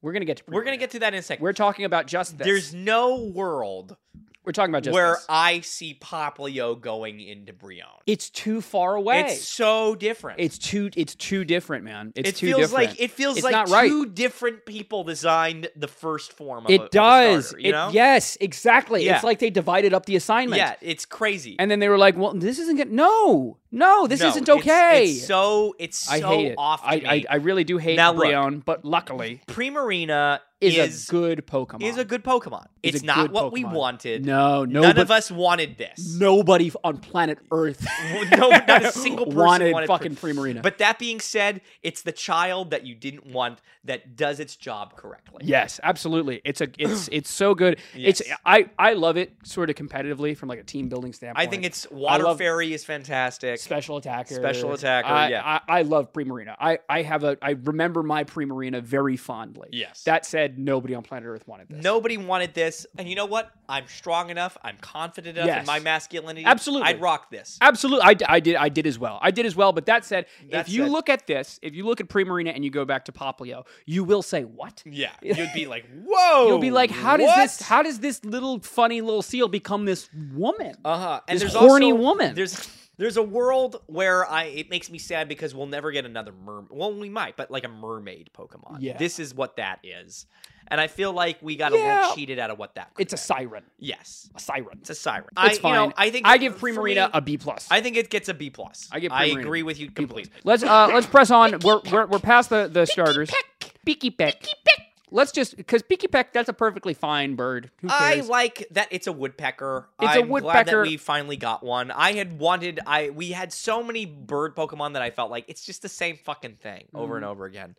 Speaker 2: we're gonna get to
Speaker 3: We're gonna
Speaker 2: Brion.
Speaker 3: get to that in a second.
Speaker 2: We're talking about just this.
Speaker 3: There's no world
Speaker 2: we're talking about just
Speaker 3: where
Speaker 2: this.
Speaker 3: I see Poplio going into Brion.
Speaker 2: it's too far away.
Speaker 3: It's so different.
Speaker 2: It's too. It's too different, man. It's
Speaker 3: it
Speaker 2: too
Speaker 3: feels
Speaker 2: different.
Speaker 3: like it feels
Speaker 2: It's
Speaker 3: like
Speaker 2: not right.
Speaker 3: two different people designed the first form. Of
Speaker 2: It
Speaker 3: a, of a
Speaker 2: does.
Speaker 3: starter, you
Speaker 2: It-
Speaker 3: know?
Speaker 2: yes, exactly.
Speaker 3: Yeah.
Speaker 2: It's like they divided up the assignment.
Speaker 3: yeah. It's crazy.
Speaker 2: And then they were like, "Well, this isn't good. No, no, this
Speaker 3: No,
Speaker 2: isn't
Speaker 3: it's-
Speaker 2: okay."
Speaker 3: It's, so it's so
Speaker 2: I hate it.
Speaker 3: off. To
Speaker 2: I,
Speaker 3: me.
Speaker 2: I I really do hate
Speaker 3: Now look.
Speaker 2: Brion, but luckily
Speaker 3: Primarina
Speaker 2: is,
Speaker 3: is
Speaker 2: a good Pokemon.
Speaker 3: is a good Pokemon.
Speaker 2: Is
Speaker 3: It's
Speaker 2: a
Speaker 3: not
Speaker 2: good
Speaker 3: what we
Speaker 2: Pokemon.
Speaker 3: wanted.
Speaker 2: no, no,
Speaker 3: None
Speaker 2: but-
Speaker 3: of us wanted this.
Speaker 2: nobody f- on planet [LAUGHS] Earth
Speaker 3: [LAUGHS] No, not [LAUGHS]
Speaker 2: [LAUGHS]
Speaker 3: a single person
Speaker 2: wanted,
Speaker 3: wanted
Speaker 2: fucking
Speaker 3: Pri-
Speaker 2: Primarina.
Speaker 3: But that being said, it's the child that you didn't want that does its job correctly.
Speaker 2: yes, absolutely. It's a
Speaker 3: [CLEARS THROAT]
Speaker 2: it's it's so good. It's
Speaker 3: Yes.
Speaker 2: I I love it sort of competitively from like a team building standpoint.
Speaker 3: I think it's Water
Speaker 2: love-
Speaker 3: Fairy is fantastic.
Speaker 2: special attacker.
Speaker 3: Special attacker,
Speaker 2: I,
Speaker 3: yeah.
Speaker 2: I, I love Primarina. I I have a I remember my Primarina very fondly.
Speaker 3: Yes.
Speaker 2: That said, nobody on planet Earth wanted this.
Speaker 3: Nobody wanted this. And you know what? I'm strong enough. I'm confident enough
Speaker 2: Yes.
Speaker 3: in my masculinity.
Speaker 2: Absolutely.
Speaker 3: I'd rock this.
Speaker 2: Absolutely, I, d- I did. I did as well. I did as well. But that said,
Speaker 3: That
Speaker 2: if you
Speaker 3: said-
Speaker 2: look at this, if you look at Primarina and you go back to Poplio, you will say, "What? [LAUGHS]
Speaker 3: Yeah. You'd be like, whoa.
Speaker 2: You'll be like, how does
Speaker 3: what?
Speaker 2: this? How does this little funny little seal become this woman?
Speaker 3: Uh huh. And
Speaker 2: This
Speaker 3: there's
Speaker 2: horny
Speaker 3: also,
Speaker 2: woman.
Speaker 3: There's there's a world where I it makes me sad because we'll never get another mermaid. Well, we might, but like a mermaid Pokemon.
Speaker 2: Yeah.
Speaker 3: This is what that is, and I feel like we got a
Speaker 2: Yeah.
Speaker 3: little cheated out of what that. Could
Speaker 2: it's a
Speaker 3: have
Speaker 2: siren.
Speaker 3: been. yes.
Speaker 2: A siren.
Speaker 3: It's a siren.
Speaker 2: It's
Speaker 3: I,
Speaker 2: fine.
Speaker 3: You know, I think
Speaker 2: I give
Speaker 3: for
Speaker 2: Primarina
Speaker 3: me,
Speaker 2: a B plus.
Speaker 3: I think it gets a B plus.
Speaker 2: I give
Speaker 3: I
Speaker 2: Primarina
Speaker 3: agree with you completely.
Speaker 2: let's uh, let's press on. We're, we're we're past the the starters. Peaky peck. Let's just because Peaky peck. That's a perfectly fine bird. Who
Speaker 3: I
Speaker 2: cares?
Speaker 3: like that it's a woodpecker.
Speaker 2: It's a
Speaker 3: I'm Glad that
Speaker 2: woodpecker.
Speaker 3: we finally got one. I had wanted. I we had so many bird Pokemon that I felt like it's just the same fucking thing over
Speaker 2: Mm-hmm.
Speaker 3: and over again.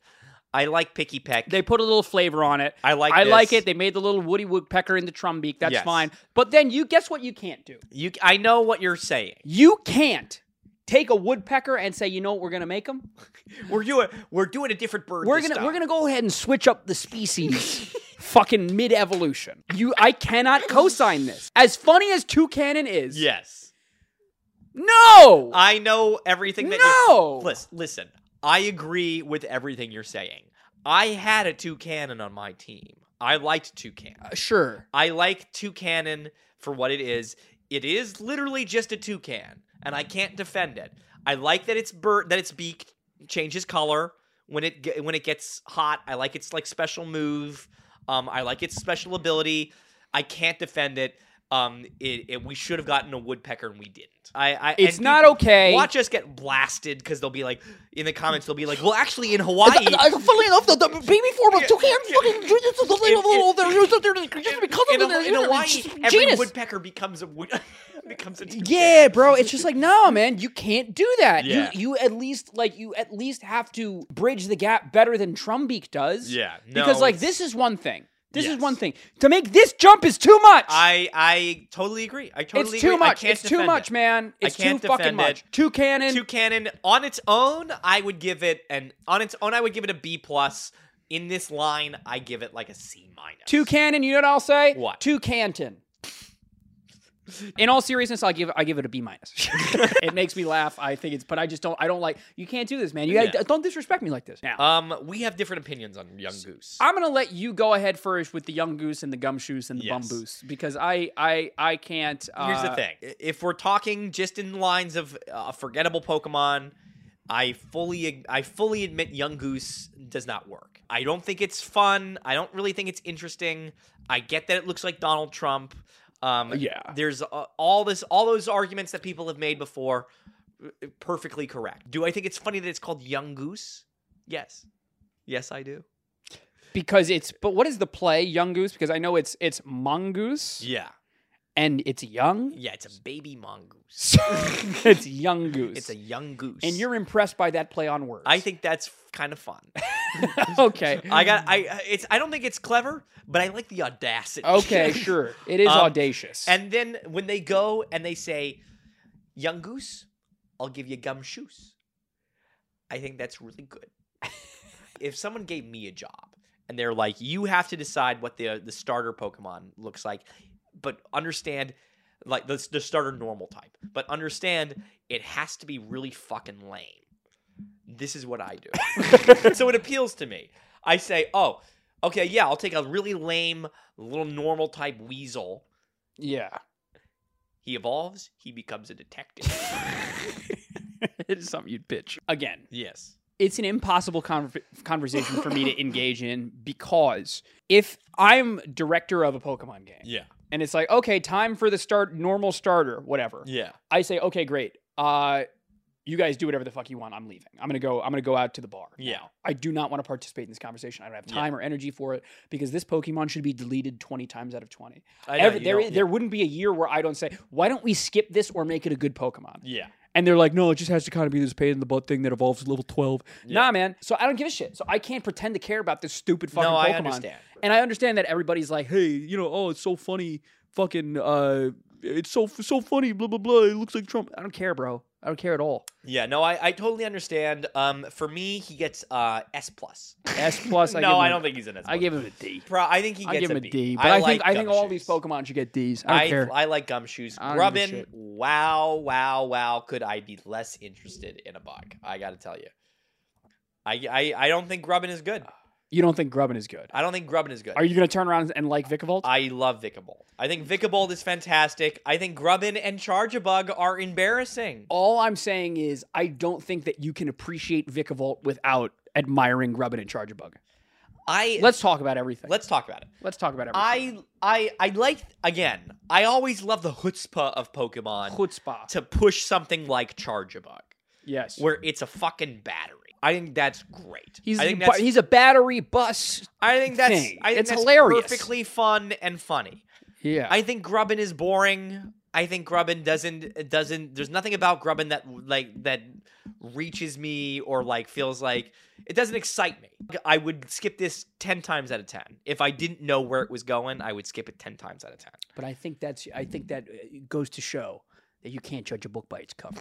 Speaker 3: I like Picky Peck.
Speaker 2: they put a little flavor on it.
Speaker 3: I like.
Speaker 2: I like
Speaker 3: this.
Speaker 2: it. They made the little Woody Woodpecker in the Trumbeak. That's
Speaker 3: Yes.
Speaker 2: fine. But then you guess what you can't do.
Speaker 3: You. I know what you're saying.
Speaker 2: You can't take a woodpecker and say, you know what, we're gonna make them.
Speaker 3: We're doing. We're doing a different bird.
Speaker 2: we're
Speaker 3: this
Speaker 2: gonna
Speaker 3: time.
Speaker 2: we're gonna go ahead and switch up the species [LAUGHS] fucking mid-evolution you i cannot co-sign this as funny as two cannon is
Speaker 3: Yes.
Speaker 2: no
Speaker 3: I know everything that.
Speaker 2: No!
Speaker 3: You, listen. Listen. I agree with everything you're saying. I had a two cannon on my team. I liked two cannon.
Speaker 2: sure
Speaker 3: I like Toucanon for what it is. It is literally just a toucan, and I can't defend it. I like that its bird that its beak changes color when it ge- when it gets hot. I like its like special move. Um, I like its special ability. I can't defend it. Um, it, it we should have gotten a woodpecker and we didn't. I, I
Speaker 2: it's
Speaker 3: and
Speaker 2: not
Speaker 3: people-
Speaker 2: okay
Speaker 3: Watch us get blasted because they'll be like in the comments they'll be like, well, actually in Hawaii,
Speaker 1: funnily enough, the, the baby form of toucan fucking this is the
Speaker 3: In-
Speaker 1: name of all their just because
Speaker 3: in,
Speaker 1: of
Speaker 3: a,
Speaker 1: their
Speaker 3: in Hawaii,
Speaker 1: their
Speaker 3: every
Speaker 1: genus.
Speaker 3: woodpecker becomes a wood. [LAUGHS] becomes a two-face.
Speaker 2: Yeah, bro. It's just like, no, man, you can't do that.
Speaker 3: Yeah.
Speaker 2: You you at least like you at least have to bridge the gap better than Trumbeak does.
Speaker 3: Yeah, no,
Speaker 2: because like
Speaker 3: it's-
Speaker 2: this is one thing. This
Speaker 3: Yes.
Speaker 2: is one thing. To make this jump is too much.
Speaker 3: I I totally agree. I totally
Speaker 2: it's too
Speaker 3: agree. I
Speaker 2: much.
Speaker 3: can't
Speaker 2: It's too
Speaker 3: defend
Speaker 2: much,
Speaker 3: it.
Speaker 2: man. It's too
Speaker 3: can't
Speaker 2: fucking
Speaker 3: defend
Speaker 2: much.
Speaker 3: it.
Speaker 2: Two cannon.
Speaker 3: Two cannon on its own, I would give it an on its own. I would give it a B plus. In this line, I give it like a C minus.
Speaker 2: Two Canton, you know what I'll say?
Speaker 3: What?
Speaker 2: Two Canton. In all seriousness, I give I give it a B minus. [LAUGHS] it makes me laugh. I think it's, but I just don't. I don't like. You can't do this, man. You gotta,
Speaker 3: Yeah.
Speaker 2: don't disrespect me like this. Now,
Speaker 3: Um, we have different opinions on Young Goose.
Speaker 2: I'm gonna let you go ahead first with the young goose and the gumshoes and the
Speaker 3: Yes.
Speaker 2: bumboos because I I I can't. Uh,
Speaker 3: Here's the thing: I- if we're talking just in lines of uh, forgettable Pokemon, I fully ag- I fully admit Young Goose does not work. I don't think it's fun. I don't really think it's interesting. I get that it looks like Donald Trump. Um,
Speaker 2: Yeah.
Speaker 3: there's uh, all this all those arguments that people have made before. uh, Perfectly correct. Do I think it's funny that it's called Young Goose? Yes, yes, I do.
Speaker 2: because it's. But what is the play young goose? Because I know it's it's mongoose
Speaker 3: Yeah,
Speaker 2: and it's young.
Speaker 3: yeah. It's a baby mongoose.
Speaker 2: [LAUGHS] it's young goose.
Speaker 3: It's a young goose,
Speaker 2: and you're impressed by that play on words.
Speaker 3: I
Speaker 2: [LAUGHS]
Speaker 3: think that's kind of fun.
Speaker 2: okay.
Speaker 3: [LAUGHS] I got I it's I don't think it's clever, but I like the audacity. [LAUGHS]
Speaker 2: Okay, sure. It is
Speaker 3: Um,
Speaker 2: audacious.
Speaker 3: and then when they go and they say, "Young goose, I'll give you gum shoes," I think that's really good. if someone gave me a job and they're like, "You have to decide what the the starter Pokemon looks like," but understand. Like the, the starter normal type, but understand it has to be really fucking lame. This is what I do. so it appeals to me. I say, oh, okay, yeah, I'll take a really lame little normal type weasel
Speaker 2: yeah. [LAUGHS]
Speaker 3: he evolves, he becomes a detective.
Speaker 2: it's something you'd pitch. Again,
Speaker 3: yes.
Speaker 2: it's an impossible conver- conversation for me to engage in because if I'm director of a Pokemon game
Speaker 3: Yeah.
Speaker 2: and it's like, okay, time for the start, normal starter, whatever,
Speaker 3: Yeah.
Speaker 2: I say, okay, great. Uh, you guys do whatever the fuck you want. I'm leaving. I'm gonna go. I'm gonna go out to the bar.
Speaker 3: Yeah.
Speaker 2: I do not want to participate in this conversation. I don't have
Speaker 3: Yeah.
Speaker 2: time or energy for it because this Pokemon should be deleted 20 times out of 20.
Speaker 3: I
Speaker 2: Every, there, i- there wouldn't be a year where I don't say, why don't we skip this or make it a good Pokemon?
Speaker 3: yeah.
Speaker 2: And they're like, no, it just has to kind of be this pain in the butt thing that evolves to level 12.
Speaker 3: Yeah.
Speaker 2: Nah, man. So I don't give a shit. So I can't pretend to care about this stupid fucking
Speaker 3: No,
Speaker 2: Pokemon.
Speaker 3: I understand.
Speaker 2: And I understand that everybody's like, hey, you know, oh, it's so funny. Fucking, uh, it's so so funny, blah, blah, blah. It looks like Trump. I don't care, bro. I don't care at all.
Speaker 3: Yeah. No, I, I totally understand. Um, for me, he gets uh S plus. [LAUGHS]
Speaker 2: S plus, I
Speaker 3: no,
Speaker 2: give
Speaker 3: I
Speaker 2: him-
Speaker 3: don't think he's an S.
Speaker 2: I give him a D.
Speaker 3: Pro- I think he gets
Speaker 2: I give him a
Speaker 3: B.
Speaker 2: D. But I,
Speaker 3: like
Speaker 2: think, I think all these
Speaker 3: gumshoes.
Speaker 2: Pokemon should get Ds. I don't
Speaker 3: I,
Speaker 2: care.
Speaker 3: I like gumshoes.
Speaker 2: I don't give a
Speaker 3: Grubbin,
Speaker 2: shit.
Speaker 3: wow, wow, wow. Could I be less interested in a bug? I got to tell you. I, I, I don't think Grubbin is good.
Speaker 2: you don't think Grubbin is good.
Speaker 3: I don't think Grubbin is good.
Speaker 2: Are you going to turn around and like Vikavolt?
Speaker 3: I love Vicabold. I think Vicabold is fantastic. I think Grubbin and Chargebug are embarrassing.
Speaker 2: All I'm saying is I don't think that you can appreciate Vikavolt without admiring Grubbin and Chargebug.
Speaker 3: I let's
Speaker 2: Let's talk about everything. Let's,
Speaker 3: let's talk about it.
Speaker 2: talk about everything.
Speaker 3: I I I like again. I always love the chutzpah of Pokemon
Speaker 2: chutzpah.
Speaker 3: to push something like Chargebug,
Speaker 2: yes.
Speaker 3: where it's a fucking battery. I think that's great.
Speaker 2: He's,
Speaker 3: I think
Speaker 2: bu-
Speaker 3: that's
Speaker 2: he's a battery bus.
Speaker 3: I think that's
Speaker 2: thing.
Speaker 3: I think
Speaker 2: It's
Speaker 3: that's
Speaker 2: hilarious.
Speaker 3: perfectly fun and funny.
Speaker 2: Yeah.
Speaker 3: I think Grubbin is boring. I think Grubbin doesn't doesn't. There's nothing about Grubbin that like that reaches me or like feels like it doesn't excite me. I would skip this ten times out of ten. If I didn't know where it was going, I would skip it ten times out of ten.
Speaker 2: but I think that's I think that uh, goes to show that you can't judge a book by its
Speaker 3: [LAUGHS]
Speaker 2: cover.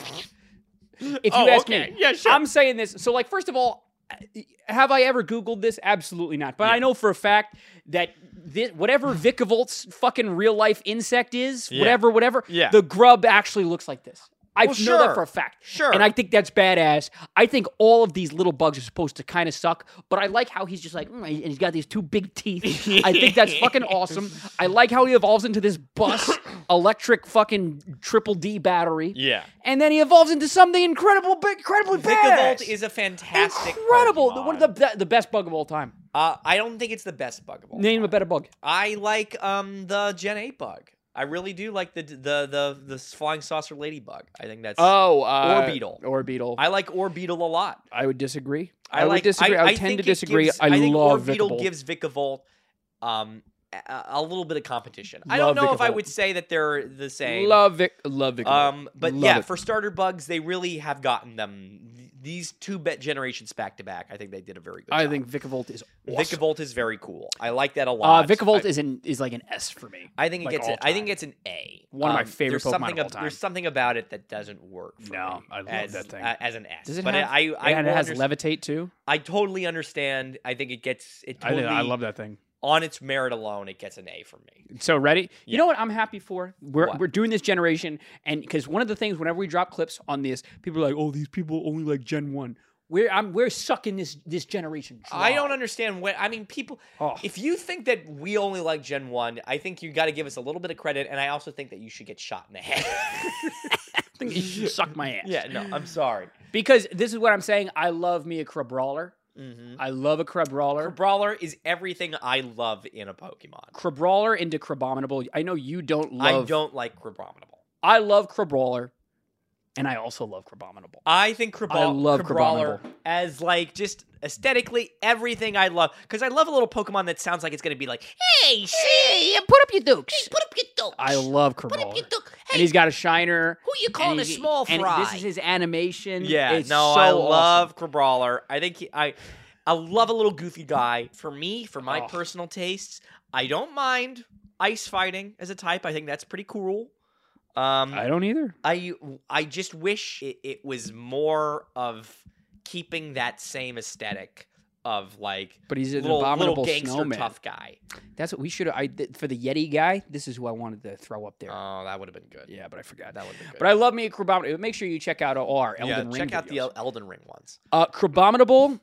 Speaker 2: if you
Speaker 3: Oh,
Speaker 2: ask
Speaker 3: okay.
Speaker 2: me,
Speaker 3: Yeah, sure.
Speaker 2: I'm saying this. So, like, first of all, uh, have I ever Googled this? Absolutely not. But I
Speaker 3: Yeah.
Speaker 2: know for a fact that this, whatever Vicavolt's fucking real life insect is,
Speaker 3: Yeah.
Speaker 2: whatever, whatever,
Speaker 3: Yeah.
Speaker 2: the grub actually looks like this. I
Speaker 3: Well,
Speaker 2: know that
Speaker 3: sure.
Speaker 2: for a fact.
Speaker 3: Sure.
Speaker 2: And I think that's badass. I think all of these little bugs are supposed to kind of suck, but I like how he's just like, "Mm," and he's got these two big teeth. I think that's
Speaker 3: [LAUGHS]
Speaker 2: fucking awesome. I like how he evolves into this
Speaker 3: [COUGHS]
Speaker 2: bus electric fucking triple D battery.
Speaker 3: Yeah.
Speaker 2: And then he evolves into something incredible, incredibly badass.
Speaker 3: Vicavolt is a fantastic,
Speaker 2: incredible.
Speaker 3: Pokemon.
Speaker 2: One of the, the the best bug of all time.
Speaker 3: Uh, I don't think it's the best bug of all.
Speaker 2: Name a better bug.
Speaker 3: I like um the Gen Eight bug. I really do like the the the the flying saucer ladybug. I think that's.
Speaker 2: Oh,
Speaker 3: uh, Orbeetle.
Speaker 2: Orbeetle. I,
Speaker 3: I like Orbeetle a lot.
Speaker 2: would disagree.
Speaker 3: I,
Speaker 2: would
Speaker 3: like,
Speaker 2: disagree. I, would
Speaker 3: think
Speaker 2: tend to
Speaker 3: it
Speaker 2: disagree.
Speaker 3: gives-
Speaker 2: I,
Speaker 3: think
Speaker 2: love
Speaker 3: Orbeetle
Speaker 2: Vicavolt.
Speaker 3: gives Vicavolt um a, a little bit of competition. I don't
Speaker 2: Love
Speaker 3: know
Speaker 2: Vic
Speaker 3: if I
Speaker 2: Holt.
Speaker 3: would say that they're the same.
Speaker 2: Love Vic. Love Vic. Morrow.
Speaker 3: Um, but
Speaker 2: Love
Speaker 3: yeah,
Speaker 2: it.
Speaker 3: for starter bugs, they really have gotten them. Th- These two bet generations back to back, I think they did a very good.
Speaker 2: I
Speaker 3: job.
Speaker 2: think Vicavolt is
Speaker 3: Vic
Speaker 2: awesome.
Speaker 3: Volt is very cool. I like that a
Speaker 2: Uh,
Speaker 3: lot.
Speaker 2: Vicavolt
Speaker 3: I,
Speaker 2: is an is like an S for me.
Speaker 3: I think it
Speaker 2: like,
Speaker 3: gets.
Speaker 2: all
Speaker 3: A, I think
Speaker 2: time.
Speaker 3: it's an A. Um,
Speaker 2: One of my favorite
Speaker 3: there's
Speaker 2: Pokemon
Speaker 3: something
Speaker 2: of all
Speaker 3: ab-
Speaker 2: time.
Speaker 3: There's something about it that doesn't work. For
Speaker 2: No,
Speaker 3: me
Speaker 2: I love
Speaker 3: as-
Speaker 2: that thing.
Speaker 3: a- as an S.
Speaker 2: Does it
Speaker 3: but
Speaker 2: have?
Speaker 3: I, I, I,
Speaker 2: and it
Speaker 3: will
Speaker 2: has
Speaker 3: underst-
Speaker 2: levitate too.
Speaker 3: I totally understand. I think it gets. It
Speaker 2: I,
Speaker 3: totally.
Speaker 2: I love that thing.
Speaker 3: on its merit alone. It gets an A from me.
Speaker 2: So ready? You
Speaker 3: Yeah.
Speaker 2: know what I'm happy for? We're
Speaker 3: What?
Speaker 2: we're doing this generation, and because one of the things whenever we drop clips on this, people are like, "Oh, these people only like Gen One." We're I'm we're sucking this this generation. Dry.
Speaker 3: I don't understand what I mean. People,
Speaker 2: Oh.
Speaker 3: if you think that we only like Gen One, I think you got to give us a little bit of credit, and I also think that you should get shot in the head.
Speaker 2: [LAUGHS] think you should suck my ass.
Speaker 3: yeah, no, I'm sorry.
Speaker 2: Because this is what I'm saying. I love me a Crabrawler.
Speaker 3: Mm-hmm.
Speaker 2: I love a Crabrawler.
Speaker 3: Brawler is everything I love in a Pokemon.
Speaker 2: Crabrawler into Crabominable. I know you don't love.
Speaker 3: I don't like Crabominable.
Speaker 2: I love Crabrawler, and I also love Crabominable.
Speaker 3: I think Crabal-
Speaker 2: I love
Speaker 3: Crabrawler
Speaker 2: Crabominable.
Speaker 3: as like just aesthetically everything I love because I love a little Pokemon that sounds like it's gonna be like, hey,
Speaker 2: Hey, put up your dukes.
Speaker 3: put up your dog.
Speaker 2: I love Crabrawler.
Speaker 3: dog.
Speaker 2: and he's got a shiner.
Speaker 3: who you
Speaker 2: and he- and This is his animation.
Speaker 3: Yeah,
Speaker 2: It's
Speaker 3: no, I
Speaker 2: so
Speaker 3: love Crabrawler. I think he, I, I love a little goofy guy. For me, for my
Speaker 2: Oh.
Speaker 3: personal tastes, I don't mind ice fighting as a type. I think that's pretty cool. Um,
Speaker 2: awesome. I don't either.
Speaker 3: I, I just wish it, it was more of keeping that same aesthetic of like
Speaker 2: But he's an
Speaker 3: little, little
Speaker 2: abominable
Speaker 3: gangster
Speaker 2: snowman.
Speaker 3: tough guy.
Speaker 2: That's what we should. I th- for the Yeti guy. This is who I wanted to throw up there.
Speaker 3: Oh, that would have been good.
Speaker 2: yeah, but I forgot.
Speaker 3: That would have been good.
Speaker 2: But I love me a Crabominable. Make sure you check out all our
Speaker 3: yeah,
Speaker 2: Elden Ring.
Speaker 3: check out the
Speaker 2: videos.
Speaker 3: El- Elden Ring ones.
Speaker 2: uh, Crabominable.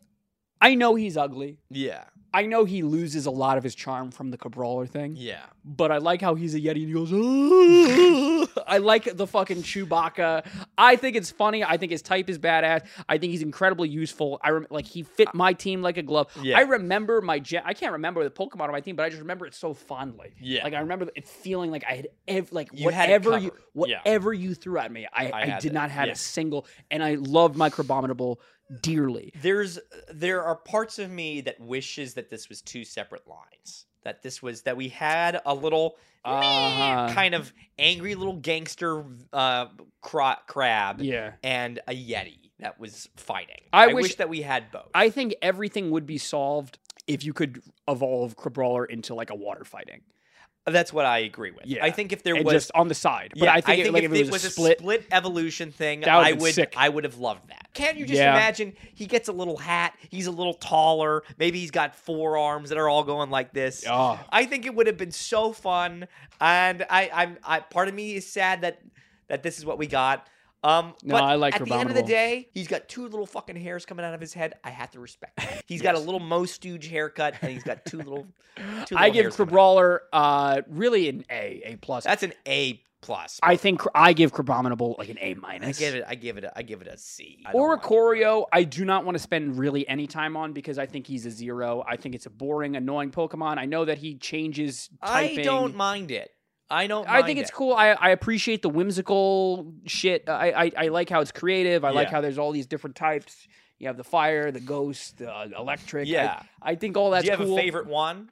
Speaker 2: I know he's ugly.
Speaker 3: Yeah,
Speaker 2: I know he loses a lot of his charm from the Cabrawler thing.
Speaker 3: yeah.
Speaker 2: But I like how he's a Yeti and he goes. "Ugh." I like the fucking Chewbacca. I think it's funny. I think his type is badass. I think he's incredibly useful. I rem- like he fit my team like a glove.
Speaker 3: Uh, Yeah.
Speaker 2: I remember my gen- I can't remember the Pokemon on my team, but I just remember it so fondly.
Speaker 3: Yeah.
Speaker 2: Like I remember it feeling like I had ev- like
Speaker 3: You had it
Speaker 2: whatever you
Speaker 3: covered. Yeah.
Speaker 2: whatever you threw at me, I,
Speaker 3: I
Speaker 2: I,
Speaker 3: had
Speaker 2: did
Speaker 3: that.
Speaker 2: not have
Speaker 3: Yeah.
Speaker 2: a single, and I loved my Crabominable dearly.
Speaker 3: there's there are parts of me that wishes that this was two separate lines that this was that we had a little meh
Speaker 2: Uh-huh.
Speaker 3: kind of angry little gangster uh cra- crab
Speaker 2: Yeah.
Speaker 3: and a yeti that was fighting
Speaker 2: I
Speaker 3: wish,
Speaker 2: wish-
Speaker 3: that we had both
Speaker 2: I think everything would be solved if you could evolve Crabrawler into like a water fighting.
Speaker 3: that's what i agree with
Speaker 2: Yeah.
Speaker 3: i think if there
Speaker 2: and
Speaker 3: was
Speaker 2: just on the side. But
Speaker 3: yeah,
Speaker 2: I think, it, like,
Speaker 3: if,
Speaker 2: if, it
Speaker 3: it
Speaker 2: was a split,
Speaker 3: evolution thing,
Speaker 2: That would've
Speaker 3: I
Speaker 2: been
Speaker 3: would
Speaker 2: sick.
Speaker 3: I would have loved that. Can't you just
Speaker 2: Yeah.
Speaker 3: imagine? He gets a little hat. He's a little taller. Maybe he's got four arms that are all going like this.
Speaker 2: Oh.
Speaker 3: I think it would have been so fun. And I, I'm, I, part of me is sad that that this is what we got. Um,
Speaker 2: No,
Speaker 3: but
Speaker 2: I like
Speaker 3: at the end of the
Speaker 2: Abominable.
Speaker 3: day, he's got two little fucking hairs coming out of his head. I have to respect.
Speaker 2: [LAUGHS]
Speaker 3: That. He's got a
Speaker 2: Yes.
Speaker 3: little Mo Stooge haircut, and he's got two
Speaker 2: [LAUGHS]
Speaker 3: little. Two little
Speaker 2: I give
Speaker 3: hairs coming out.
Speaker 2: Crabrawler uh, really an A, A plus.
Speaker 3: That's an A plus.
Speaker 2: I think Cr- I give Crabominable like an A
Speaker 3: I
Speaker 2: minus.
Speaker 3: give it. I give it. A, I give it a C. I don't
Speaker 2: Or
Speaker 3: like it.
Speaker 2: Corio, I do not want to spend really any time on because I think he's a zero. I think it's a boring, annoying Pokemon. I know that he changes typing.
Speaker 3: I don't mind it. I don't.
Speaker 2: I
Speaker 3: Mind
Speaker 2: think it's
Speaker 3: it.
Speaker 2: cool. I, I appreciate the whimsical shit. I, I, I like how it's creative. I like
Speaker 3: Yeah.
Speaker 2: how there's all these different types. You have the fire, the ghost, the uh, electric. I-
Speaker 3: Yeah.
Speaker 2: I, think all that's
Speaker 3: Do you have
Speaker 2: cool.
Speaker 3: a favorite one?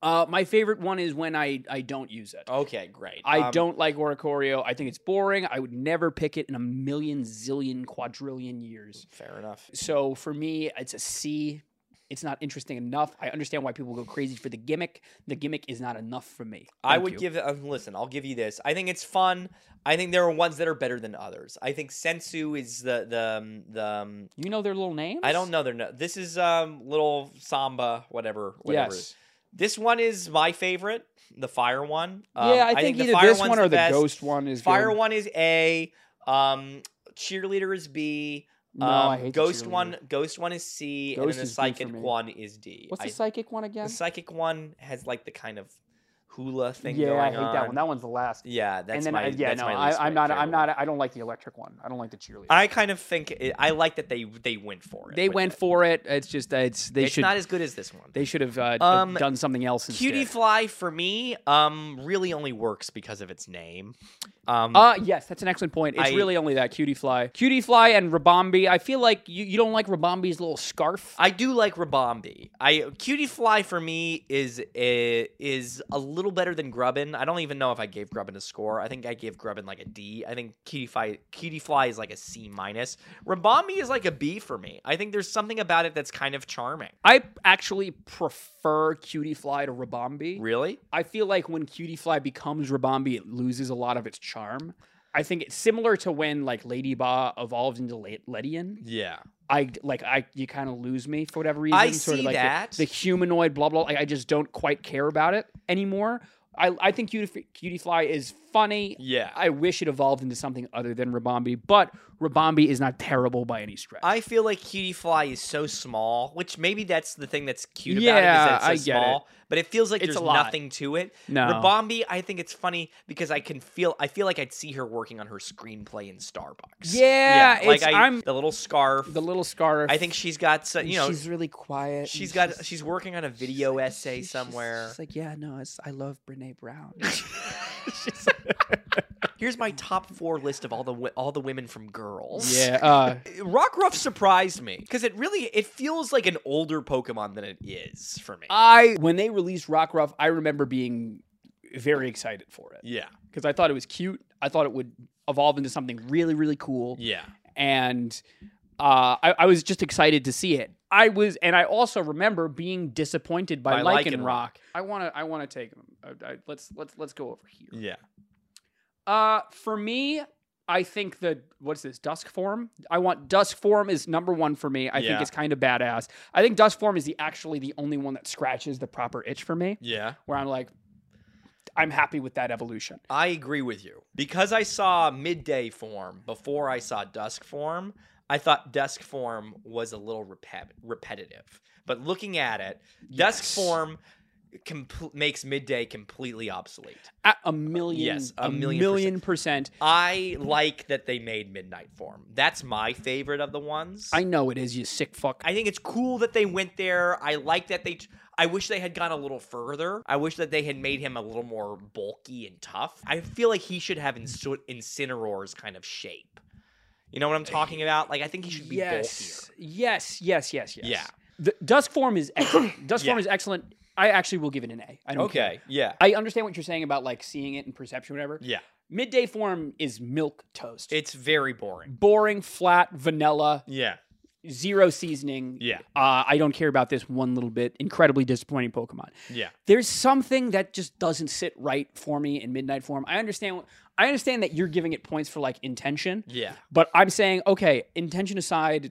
Speaker 2: Uh, my favorite one is when I, I don't use it.
Speaker 3: Okay, great.
Speaker 2: I
Speaker 3: Um,
Speaker 2: don't like Oricorio. I think it's boring. I would never pick it in a million, zillion, quadrillion years.
Speaker 3: Fair enough.
Speaker 2: So for me, it's a C. It's not interesting enough. I understand why people go crazy for the gimmick. The gimmick is not enough for me.
Speaker 3: I
Speaker 2: Thank
Speaker 3: would
Speaker 2: you.
Speaker 3: give. Uh, listen, I'll give you this. I think it's fun. I think there are ones that are better than others. I think Sensu is the the um, the. um,
Speaker 2: You know their little names?
Speaker 3: I don't know their. No- this is um little samba whatever whatever.
Speaker 2: Yes.
Speaker 3: This one is my favorite, the fire one. Um,
Speaker 2: yeah, I, think,
Speaker 3: the
Speaker 2: either
Speaker 3: fire
Speaker 2: this
Speaker 3: one's
Speaker 2: one or the,
Speaker 3: best.
Speaker 2: ghost one is
Speaker 3: Fire
Speaker 2: good.
Speaker 3: one is A. Um, cheerleader is B.
Speaker 2: No,
Speaker 3: um,
Speaker 2: I hate the
Speaker 3: Ghost
Speaker 2: cheerleader.
Speaker 3: one. Ghost one is C, and then
Speaker 2: Ghost
Speaker 3: the
Speaker 2: is D for
Speaker 3: psychic
Speaker 2: me.
Speaker 3: one is D.
Speaker 2: What's
Speaker 3: I-
Speaker 2: the psychic one again?
Speaker 3: the psychic one has like the kind of hula thing
Speaker 2: yeah,
Speaker 3: going
Speaker 2: I hate that one.
Speaker 3: on.
Speaker 2: That one's the last.
Speaker 3: yeah, that's
Speaker 2: and then
Speaker 3: my.
Speaker 2: I, yeah,
Speaker 3: that's
Speaker 2: no,
Speaker 3: my least
Speaker 2: I, I'm
Speaker 3: my
Speaker 2: not. I'm
Speaker 3: favorite one.
Speaker 2: not. I don't like the electric one. I don't like the cheerleader.
Speaker 3: I kind of think it, I like that they they went for it.
Speaker 2: they
Speaker 3: with
Speaker 2: went
Speaker 3: it.
Speaker 2: for it. It's just that it's they
Speaker 3: it's
Speaker 2: should
Speaker 3: not as good as this one.
Speaker 2: they should have uh,
Speaker 3: Um,
Speaker 2: done something else. Instead.
Speaker 3: Cutie Fly for me, um, really only works because of its name. Um,
Speaker 2: Uh yes, that's an excellent point. It's
Speaker 3: I-
Speaker 2: really only that cutie fly, cutie fly, and Rabambi. I feel like you, you don't like Rabambi's little scarf.
Speaker 3: I do like Rabambi. I Cutie Fly for me is a, is a little better than Grubbin. I don't even know if I gave Grubbin a score. I think I gave Grubbin like a D. I think Cutie Fly Cutie Fly is like a C minus. Rambami is like a B for me. I think there's something about it that's kind of charming.
Speaker 2: I actually prefer Cutie Fly to Rabambi.
Speaker 3: Really?
Speaker 2: I feel like when Cutie Fly becomes Rabambi, it loses a lot of its charm. I think it's similar to when like Lady Ba evolved into Le- Ledian.
Speaker 3: Yeah.
Speaker 2: I like I you kind of lose me for whatever reason.
Speaker 3: I
Speaker 2: sort
Speaker 3: see
Speaker 2: of like the-
Speaker 3: that.
Speaker 2: The, humanoid blah blah. Like I just don't quite care about it anymore. I I think Cutie, Cutie Fly is funny.
Speaker 3: Yeah.
Speaker 2: I wish it evolved into something other than Rabambi, but Rabambi is not terrible by any stretch.
Speaker 3: I feel like Cutie Fly is so small, which maybe that's the thing that's cute about it. Is
Speaker 2: Yeah,
Speaker 3: that it's so
Speaker 2: I get it.
Speaker 3: small, But it feels like
Speaker 2: It's a
Speaker 3: there's
Speaker 2: lot.
Speaker 3: nothing to it.
Speaker 2: No.
Speaker 3: Rabambi, I think it's funny because I can feel. I feel like I'd see her working on her screenplay in Starbucks.
Speaker 2: yeah,
Speaker 3: like
Speaker 2: it's,
Speaker 3: I,
Speaker 2: I'm
Speaker 3: the little scarf.
Speaker 2: the little scarf.
Speaker 3: I think she's got. So, you know,
Speaker 2: she's really quiet. and
Speaker 3: she's got. She's, working on a video essay
Speaker 2: [LAUGHS] she's- she's-
Speaker 3: somewhere.
Speaker 2: She's like, yeah, no, it's, I love Brene
Speaker 3: [LAUGHS]
Speaker 2: Brown.
Speaker 3: Here's my top four list of all the wo- all the women from Girls.
Speaker 2: yeah, uh,
Speaker 3: Rockruff surprised me because it really it feels like an older Pokemon than it is for me.
Speaker 2: [LAUGHS] I when they released Rockruff, I remember being very excited for it
Speaker 3: yeah,
Speaker 2: because I thought it was cute. I thought it would evolve into something really, really cool,
Speaker 3: yeah.
Speaker 2: and uh, I, I was just excited to see it. I was, and I also remember being disappointed by,
Speaker 3: By
Speaker 2: Lycanroc.
Speaker 3: Lycanroc.
Speaker 2: I want to, I want to take them. I, I, let's let's let's go over here.
Speaker 3: Yeah.
Speaker 2: Uh, for me, I think the what's this dusk form? I want dusk form is number one for me. I
Speaker 3: Yeah.
Speaker 2: think it's kind of badass. I think dusk form is the actually the only one that scratches the proper itch for me,
Speaker 3: Yeah.
Speaker 2: where I'm like, I'm happy with that evolution.
Speaker 3: I agree with you. Because I saw midday form before I saw dusk form, I thought dusk form was a little repet- repetitive. But looking at it, dusk
Speaker 2: Yes.
Speaker 3: form compl- makes midday completely obsolete.
Speaker 2: At a million,
Speaker 3: Yes, a million
Speaker 2: percent.
Speaker 3: I like that they made midnight form. That's my favorite of the ones.
Speaker 2: I know it is you sick fuck.
Speaker 3: I think it's cool that they went there. I like that they. I wish they had gone a little further. I wish that they had made him a little more bulky and tough. I feel like he should have inci- Incineroar's kind of shape. You know what I'm talking about? Like I think he should be
Speaker 2: yes, yes, yes, yes, yes.
Speaker 3: Yeah.
Speaker 2: The dusk
Speaker 3: [COUGHS]
Speaker 2: form is excellent. dusk form
Speaker 3: Yeah.
Speaker 2: is excellent. I actually will give it an A. I don't
Speaker 3: bulkier.
Speaker 2: care.
Speaker 3: Yeah.
Speaker 2: I understand what you're saying about like seeing it in perception, whatever.
Speaker 3: Yeah.
Speaker 2: Midday form is milk toast.
Speaker 3: It's very boring.
Speaker 2: boring, flat, vanilla,
Speaker 3: Yeah.
Speaker 2: zero seasoning.
Speaker 3: Yeah.
Speaker 2: Uh, I don't care about this one little bit. Incredibly disappointing Pokemon.
Speaker 3: Yeah.
Speaker 2: There's something that just doesn't sit right for me in Midnight Form. I understand. I understand that you're giving it points for like intention,
Speaker 3: Yeah.
Speaker 2: but I'm saying okay, intention aside.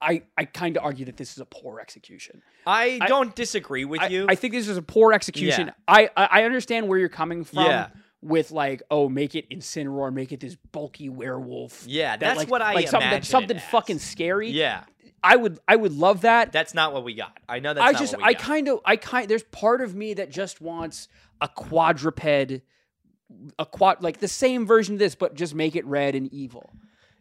Speaker 2: I, I kind of argue that this is a poor execution.
Speaker 3: I,
Speaker 2: I-
Speaker 3: don't disagree with
Speaker 2: I,
Speaker 3: you.
Speaker 2: I think this is a poor execution.
Speaker 3: Yeah.
Speaker 2: I, I I understand where you're coming from
Speaker 3: Yeah.
Speaker 2: with like, oh, make it Incineroar, make it this bulky werewolf.
Speaker 3: yeah.
Speaker 2: that,
Speaker 3: That's
Speaker 2: like-
Speaker 3: what I
Speaker 2: like something,
Speaker 3: imagine
Speaker 2: that's something
Speaker 3: it as.
Speaker 2: fucking scary.
Speaker 3: Yeah.
Speaker 2: I would I would love that.
Speaker 3: That's not what we got. I know that's.
Speaker 2: I
Speaker 3: not
Speaker 2: just
Speaker 3: what we
Speaker 2: I
Speaker 3: got.
Speaker 2: kind of I kind there's part of me that just wants a quadruped a quad like the same version of this but just make it red and evil.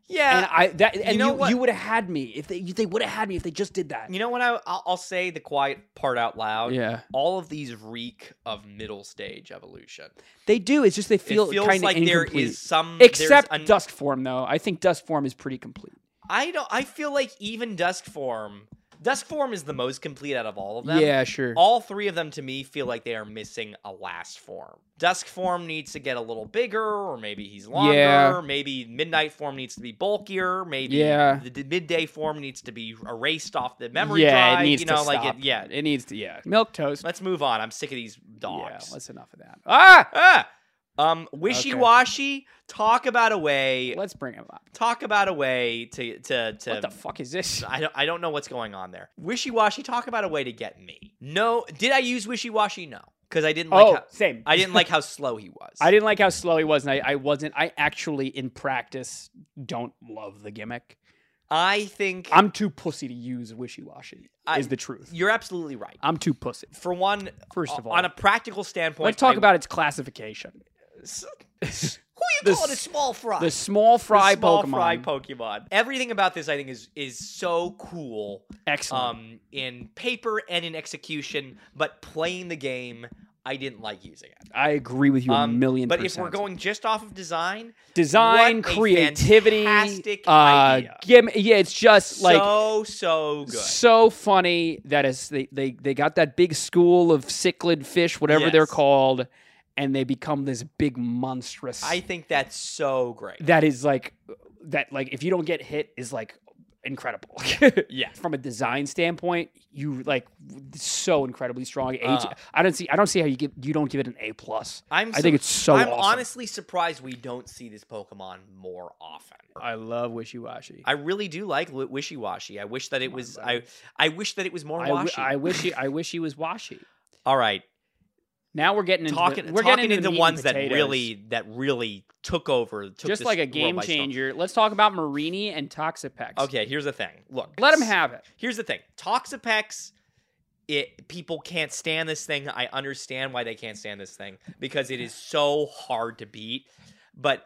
Speaker 3: Yeah.
Speaker 2: and I that and you
Speaker 3: Uh, know
Speaker 2: you,
Speaker 3: what?
Speaker 2: would have had me if they you, they would have had me if they just did that.
Speaker 3: you know what? I I'll, I'll say the quiet part out loud.
Speaker 2: Yeah.
Speaker 3: all of these reek of middle stage evolution.
Speaker 2: They do. It's just they feel
Speaker 3: it feels
Speaker 2: kind of
Speaker 3: like
Speaker 2: incomplete.
Speaker 3: there is some there's
Speaker 2: Except
Speaker 3: an-
Speaker 2: dust form though. I think dust form is pretty complete.
Speaker 3: I don't. I feel like even Dusk Form, Dusk Form is the most complete out of all of them.
Speaker 2: sure.
Speaker 3: All three of them to me feel like they are missing a last form. Dusk form needs to get a little bigger, or maybe he's longer.
Speaker 2: Yeah.
Speaker 3: Maybe midnight form needs to be bulkier. Maybe
Speaker 2: Yeah.
Speaker 3: the, the midday form needs to be erased off the memory
Speaker 2: yeah,
Speaker 3: drive.
Speaker 2: it needs
Speaker 3: you know,
Speaker 2: to
Speaker 3: like
Speaker 2: stop.
Speaker 3: it. Yeah.
Speaker 2: it needs to. Yeah, milk toast.
Speaker 3: Let's move on. I'm sick of these
Speaker 2: Yeah,
Speaker 3: dogs.
Speaker 2: that's enough of that. Ah,
Speaker 3: ah. Um, wishy washy. Talk about a way.
Speaker 2: let's bring him up.
Speaker 3: talk about a way to to to
Speaker 2: What the fuck is [LAUGHS] this?
Speaker 3: I don't, I don't know what's going on there. Wishy washy, talk about a way to get me. No, did I use wishy washy? No, because I didn't like.
Speaker 2: oh,
Speaker 3: how,
Speaker 2: same.
Speaker 3: I didn't like how slow he was.
Speaker 2: I didn't like how slow he was, and I, I wasn't. I actually, in practice, don't love the gimmick.
Speaker 3: I think
Speaker 2: I'm too pussy to use wishy washy.
Speaker 3: I-
Speaker 2: Is the truth.
Speaker 3: you're absolutely right.
Speaker 2: I'm too pussy.
Speaker 3: For one,
Speaker 2: First of
Speaker 3: o-
Speaker 2: all,
Speaker 3: on a practical standpoint,
Speaker 2: let's talk
Speaker 3: I-
Speaker 2: about
Speaker 3: [LAUGHS]
Speaker 2: its classification.
Speaker 3: s- who you
Speaker 2: The
Speaker 3: calling a
Speaker 2: s-
Speaker 3: small fry.
Speaker 2: The small fry
Speaker 3: the small
Speaker 2: Pokemon.
Speaker 3: fry Pokemon. Everything about this, I think, is is so cool.
Speaker 2: Excellent.
Speaker 3: um, in paper and in execution, but playing the game, I didn't like using it.
Speaker 2: I agree with you a
Speaker 3: Um,
Speaker 2: million
Speaker 3: But if
Speaker 2: percent.
Speaker 3: we're going just off of design,
Speaker 2: design,
Speaker 3: what a
Speaker 2: creativity,
Speaker 3: fantastic
Speaker 2: uh,
Speaker 3: idea.
Speaker 2: gimm- yeah, it's just like
Speaker 3: so so good.
Speaker 2: so funny that is they, they they got that big school of cichlid fish, whatever they're
Speaker 3: Yes.
Speaker 2: called, and they become this big monstrous.
Speaker 3: I think that's so great.
Speaker 2: that is like that like if you don't get hit is like incredible. [LAUGHS]
Speaker 3: Yeah.
Speaker 2: From a design standpoint, you like so incredibly strong. H-
Speaker 3: Uh-huh.
Speaker 2: I don't see I don't see how you give you don't give it an A plus.
Speaker 3: I'm
Speaker 2: I think it's so
Speaker 3: I'm
Speaker 2: awesome.
Speaker 3: honestly surprised we don't see this Pokemon more often.
Speaker 2: I love Wishy Washy.
Speaker 3: I really do like li- Wishy Washy. I wish that it
Speaker 2: Come on,
Speaker 3: was I
Speaker 2: buddy.
Speaker 3: I wish that it was more
Speaker 2: I, wi-
Speaker 3: washy.
Speaker 2: I wish he I wish he was washy.
Speaker 3: All right.
Speaker 2: Now we're getting into the-
Speaker 3: Talking
Speaker 2: we're
Speaker 3: talking
Speaker 2: getting into,
Speaker 3: into
Speaker 2: the meat and
Speaker 3: ones that
Speaker 2: potatoes.
Speaker 3: really that really took over took
Speaker 2: just
Speaker 3: this
Speaker 2: like a
Speaker 3: world
Speaker 2: game
Speaker 3: by storm.
Speaker 2: changer. Let's talk about Marini and Toxapex.
Speaker 3: Okay, here's the thing. Look.
Speaker 2: let him
Speaker 3: s-
Speaker 2: have it.
Speaker 3: Here's the thing. Toxapex it people can't stand this thing. I understand why they can't stand this thing because it is so hard to beat. But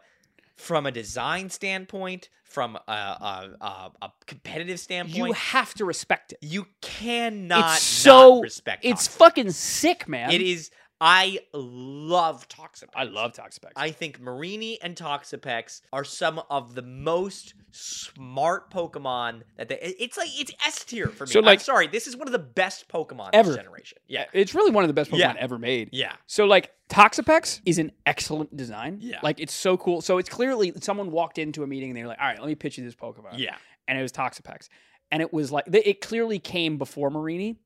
Speaker 3: from a design standpoint, from a, a, a, a competitive standpoint,
Speaker 2: You have to respect it.
Speaker 3: You cannot
Speaker 2: It's so-
Speaker 3: not respect.
Speaker 2: It's
Speaker 3: Toxic.
Speaker 2: fucking sick, man.
Speaker 3: It is. I love Toxapex.
Speaker 2: I love Toxapex.
Speaker 3: I think Marini and Toxapex are some of the most smart Pokemon that they. it- It's like it's S tier for me.
Speaker 2: So, like-
Speaker 3: I'm sorry. This is one of the best Pokemon
Speaker 2: Ever.
Speaker 3: this generation. Yeah.
Speaker 2: It's really one of the best Pokemon
Speaker 3: Yeah.
Speaker 2: ever made.
Speaker 3: Yeah.
Speaker 2: So like Toxapex is an excellent design.
Speaker 3: Yeah.
Speaker 2: Like it's so cool. So it's clearly someone walked into a meeting and they were like, all right, let me pitch you this Pokemon.
Speaker 3: Yeah.
Speaker 2: And it was Toxapex. And it was like th- it clearly came before Marini.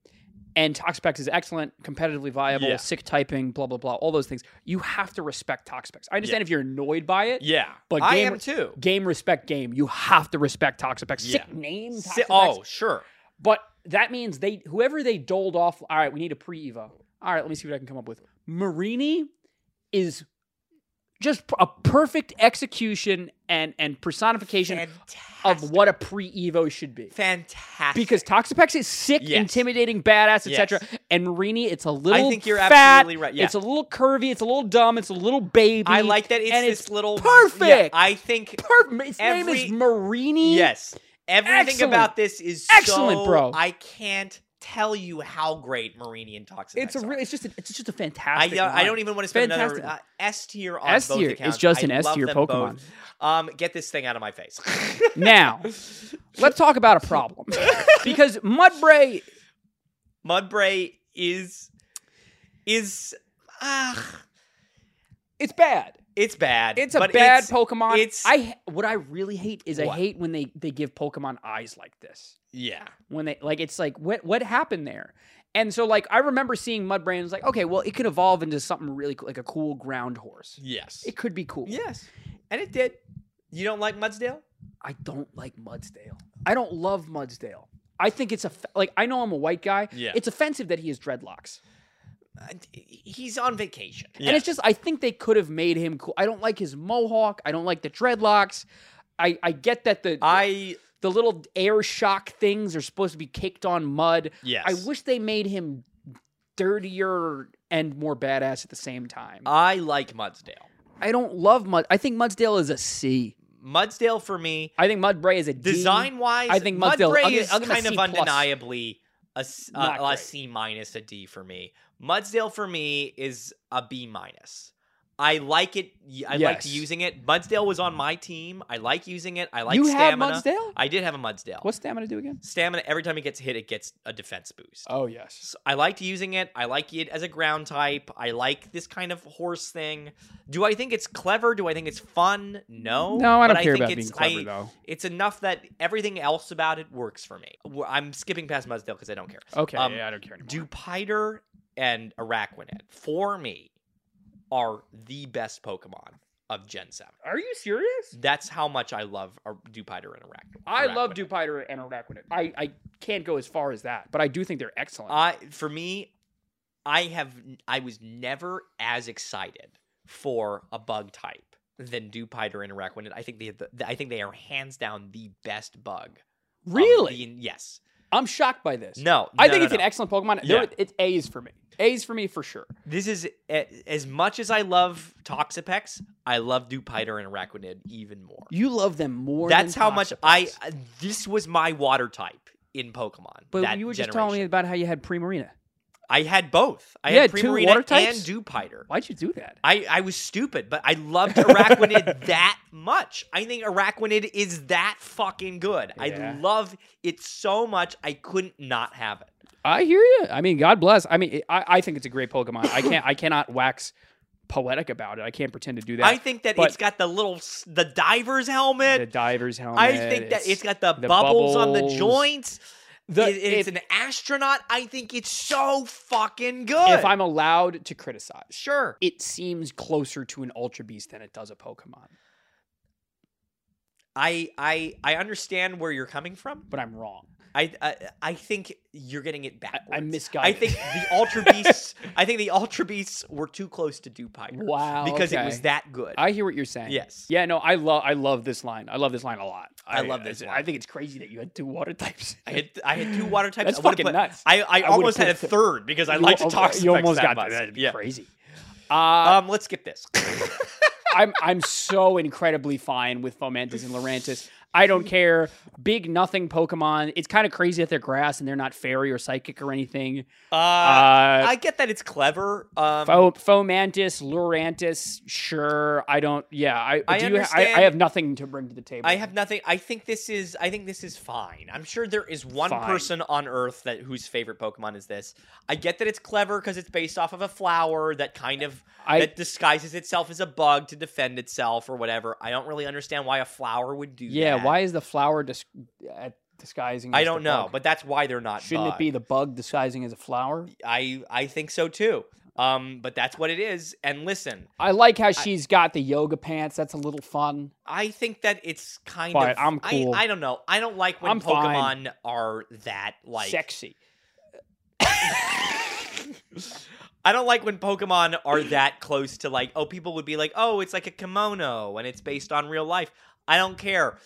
Speaker 2: And Toxapex is excellent, competitively viable,
Speaker 3: Yeah.
Speaker 2: sick typing, blah, blah, blah, all those things. You have to respect Toxapex. I understand if you're annoyed by it.
Speaker 3: Yeah.
Speaker 2: But
Speaker 3: I
Speaker 2: game-
Speaker 3: am too.
Speaker 2: Game respect game. You have to respect Toxapex. Sick
Speaker 3: Yeah.
Speaker 2: name Toxapex.
Speaker 3: Si- oh, sure.
Speaker 2: But that means they whoever they doled off. All right, we need a pre Evo. All right, let me see what I can come up with. Marini is just a perfect execution and and personification
Speaker 3: Fantastic.
Speaker 2: of what a pre Evo should be.
Speaker 3: Fantastic.
Speaker 2: Because Toxapex is sick,
Speaker 3: Yes.
Speaker 2: intimidating, badass,
Speaker 3: Yes.
Speaker 2: etc. And Marini, it's a little
Speaker 3: think you're
Speaker 2: fat,
Speaker 3: absolutely right. Yeah.
Speaker 2: It's a little curvy. It's a little dumb. It's a little baby.
Speaker 3: I like that. It's
Speaker 2: and
Speaker 3: this
Speaker 2: it's
Speaker 3: little Yeah,
Speaker 2: perfect.
Speaker 3: I think
Speaker 2: Perfect. Its name is
Speaker 3: Every-
Speaker 2: Marini.
Speaker 3: Yes. Everything
Speaker 2: Excellent.
Speaker 3: about this is
Speaker 2: Excellent,
Speaker 3: so-
Speaker 2: bro.
Speaker 3: I can't tell you how great Marini and Toxic
Speaker 2: It's a
Speaker 3: are.
Speaker 2: real. It's just. A, it's just a
Speaker 3: I,
Speaker 2: fantastic.
Speaker 3: don't- I
Speaker 2: line.
Speaker 3: don't even want to spend another uh,
Speaker 2: Fantastic.
Speaker 3: S tier on
Speaker 2: S
Speaker 3: both
Speaker 2: tier. It's
Speaker 3: accounts.
Speaker 2: just
Speaker 3: I
Speaker 2: an S
Speaker 3: love
Speaker 2: tier
Speaker 3: them both.
Speaker 2: Pokemon.
Speaker 3: Um, get this thing out of my
Speaker 2: [LAUGHS]
Speaker 3: face.
Speaker 2: Now, let's talk about
Speaker 3: [LAUGHS]
Speaker 2: a problem because Mudbray.
Speaker 3: Mudbray is is ah,
Speaker 2: It's bad.
Speaker 3: it's bad.
Speaker 2: It's a
Speaker 3: but
Speaker 2: bad
Speaker 3: it's-
Speaker 2: Pokemon.
Speaker 3: it's-
Speaker 2: I what I really hate is I
Speaker 3: What?
Speaker 2: hate when they they give Pokemon eyes like this.
Speaker 3: yeah.
Speaker 2: When they like it's like what what happened there? And so like I remember seeing Mudbray and it's like okay, well it could evolve into something really cool, like a cool ground horse.
Speaker 3: Yes.
Speaker 2: It could be cool.
Speaker 3: yes. And it did. You don't like Mudsdale?
Speaker 2: I don't like Mudsdale. I don't love Mudsdale. I think it's a like I know I'm a white guy.
Speaker 3: Yeah.
Speaker 2: It's offensive that he has dreadlocks.
Speaker 3: Uh, He's on vacation.
Speaker 2: And it's just I think they could have made him cool. I don't like his mohawk. I don't like the dreadlocks. I, I get that the
Speaker 3: I
Speaker 2: the little air shock things are supposed to be caked on mud.
Speaker 3: yes.
Speaker 2: I wish they made him dirtier and more badass at the same time.
Speaker 3: I like Mudsdale.
Speaker 2: I don't love Mud. I think Mudsdale is a C.
Speaker 3: Mudsdale for me,
Speaker 2: I think Mudbray is a D.
Speaker 3: design wise,
Speaker 2: I think Mudsdale-
Speaker 3: Mudbray
Speaker 2: I'll give-
Speaker 3: is
Speaker 2: I'll give him a
Speaker 3: kind
Speaker 2: C
Speaker 3: of
Speaker 2: plus.
Speaker 3: undeniably a, s- a-
Speaker 2: Not
Speaker 3: a
Speaker 2: great.
Speaker 3: C minus, a D for me. Mudsdale for me is a B minus. I like it. y- I liked
Speaker 2: Yes.
Speaker 3: using it. Mudsdale was on my team. I like using it. I like
Speaker 2: you
Speaker 3: stamina. Uh,
Speaker 2: have Mudsdale.
Speaker 3: I did have a Mudsdale.
Speaker 2: What's stamina do again?
Speaker 3: Stamina. Every time it gets hit, it gets a defense boost.
Speaker 2: Oh yes.
Speaker 3: So I liked using it. I like it as a ground type. I like this kind of horse thing. Do I think it's clever? Do I think it's fun? No.
Speaker 2: No, I
Speaker 3: But
Speaker 2: don't care
Speaker 3: think
Speaker 2: about being
Speaker 3: it's-
Speaker 2: clever
Speaker 3: I-
Speaker 2: though.
Speaker 3: it's enough that everything else about it works for me. Wh- I'm skipping past Mudsdale because I don't care.
Speaker 2: Okay,
Speaker 3: um,
Speaker 2: yeah, I don't care anymore.
Speaker 3: Dupiter and Araquanid, for me, are the best Pokemon of Gen 7.
Speaker 2: Are you serious?
Speaker 3: That's how much I love Ar- Dupiter and Araquanid.
Speaker 2: I love
Speaker 3: Araquanid.
Speaker 2: Dupiter and Araquanid. I, I can't go as far as that, but I do think they're excellent.
Speaker 3: I for me, I have I was never as excited for a bug type than Dupiter and Araquanid. I think they have the, I think they are hands down the best bug. of
Speaker 2: really?
Speaker 3: the- yes.
Speaker 2: I'm shocked by this.
Speaker 3: No.
Speaker 2: I
Speaker 3: no,
Speaker 2: think
Speaker 3: no,
Speaker 2: it's
Speaker 3: no.
Speaker 2: an excellent Pokemon. There-
Speaker 3: Yeah.
Speaker 2: It's A's for me. A's for me for sure.
Speaker 3: This is a- as much as I love Toxapex, I love Dupiter and Araquanid even more.
Speaker 2: You love them more.
Speaker 3: That's
Speaker 2: than
Speaker 3: how much
Speaker 2: Toxapex.
Speaker 3: I. This was my water type in Pokemon.
Speaker 2: But
Speaker 3: that
Speaker 2: you were just telling me
Speaker 3: generation.
Speaker 2: about how you had Primarina.
Speaker 3: I had both. I
Speaker 2: You
Speaker 3: had
Speaker 2: had two
Speaker 3: Primarina
Speaker 2: water types?
Speaker 3: and Dewpider.
Speaker 2: Why'd you do that?
Speaker 3: I, I was stupid, but I
Speaker 2: [LAUGHS]
Speaker 3: loved Araquanid that much. I think Araquanid is that fucking good.
Speaker 2: Yeah.
Speaker 3: I love it so much. I couldn't not have it.
Speaker 2: I hear you. I mean, God bless. I mean, I, I think it's a great Pokemon. I can't. I [COUGHS] cannot wax poetic about it. I can't pretend to do that.
Speaker 3: I think that
Speaker 2: but-
Speaker 3: it's got the little s- the diver's
Speaker 2: the
Speaker 3: helmet.
Speaker 2: diver's helmet.
Speaker 3: I think that it's got the,
Speaker 2: the
Speaker 3: bubbles, on the
Speaker 2: bubbles.
Speaker 3: joints.
Speaker 2: The-
Speaker 3: It- it's
Speaker 2: if-
Speaker 3: an astronaut. I think it's so fucking good.
Speaker 2: If I'm allowed to criticize,
Speaker 3: sure,
Speaker 2: it seems closer to an Ultra Beast than it does a Pokemon.
Speaker 3: I I I understand where you're coming from.
Speaker 2: But I'm wrong.
Speaker 3: I I, I think you're getting it backwards. I
Speaker 2: misguided.
Speaker 3: think
Speaker 2: [LAUGHS]
Speaker 3: the Ultra Beasts. I think the Ultra Beasts were too close to Dupire.
Speaker 2: Wow,
Speaker 3: because it was
Speaker 2: okay.
Speaker 3: that good.
Speaker 2: I hear what you're saying.
Speaker 3: Yes.
Speaker 2: Yeah. No. I love. I love this line. I love this line a lot.
Speaker 3: I love this
Speaker 2: I,
Speaker 3: line.
Speaker 2: think it's crazy that you had two water types.
Speaker 3: I had, I had two water types.
Speaker 2: That's
Speaker 3: I would've
Speaker 2: fucking
Speaker 3: put-
Speaker 2: nuts.
Speaker 3: I, I,
Speaker 2: would've
Speaker 3: almost had a
Speaker 2: put th-
Speaker 3: third because I
Speaker 2: You
Speaker 3: like to
Speaker 2: al-
Speaker 3: talk.
Speaker 2: You almost got
Speaker 3: much.
Speaker 2: that. That'd be
Speaker 3: yeah.
Speaker 2: crazy. Uh,
Speaker 3: Um, let's skip this.
Speaker 2: I'm I'm so incredibly fine with Fomantis and Lurantis. I don't care. Big nothing Pokemon. It's kind of crazy that they're grass and they're not fairy or psychic or anything.
Speaker 3: Uh,
Speaker 2: Uh,
Speaker 3: I get that it's clever. Um,
Speaker 2: Fo- Fomantis, Lurantis, sure. I don't. Yeah, I
Speaker 3: I
Speaker 2: do. you- I,
Speaker 3: understand-
Speaker 2: I have nothing to bring to the table.
Speaker 3: I have nothing. I think this is. I think this is fine. I'm sure there is one
Speaker 2: Fine.
Speaker 3: person on Earth that whose favorite Pokemon is this. I get that it's clever because it's based off of a flower that kind of
Speaker 2: I-
Speaker 3: that disguises itself as a bug to defend itself or whatever. I don't really understand why a flower would do
Speaker 2: Yeah.
Speaker 3: that.
Speaker 2: Why is the flower dis- uh, disguising?
Speaker 3: I
Speaker 2: as
Speaker 3: don't
Speaker 2: the
Speaker 3: know,
Speaker 2: bug?
Speaker 3: but that's why they're not.
Speaker 2: shouldn't it
Speaker 3: bugs.
Speaker 2: be the bug disguising as a flower?
Speaker 3: I I think so too. Um, but that's what it is. And listen,
Speaker 2: I like how she's got the yoga pants. That's a little fun.
Speaker 3: I think that it's kind
Speaker 2: Fine,
Speaker 3: of.
Speaker 2: I'm
Speaker 3: I-
Speaker 2: cool.
Speaker 3: I, don't know. I don't like when
Speaker 2: I'm fine.
Speaker 3: Pokemon are that like.
Speaker 2: Sexy.
Speaker 3: [LAUGHS] I don't like when Pokemon are that close to like. Oh, people would be like, oh, it's like a kimono and it's based on real life. I don't care.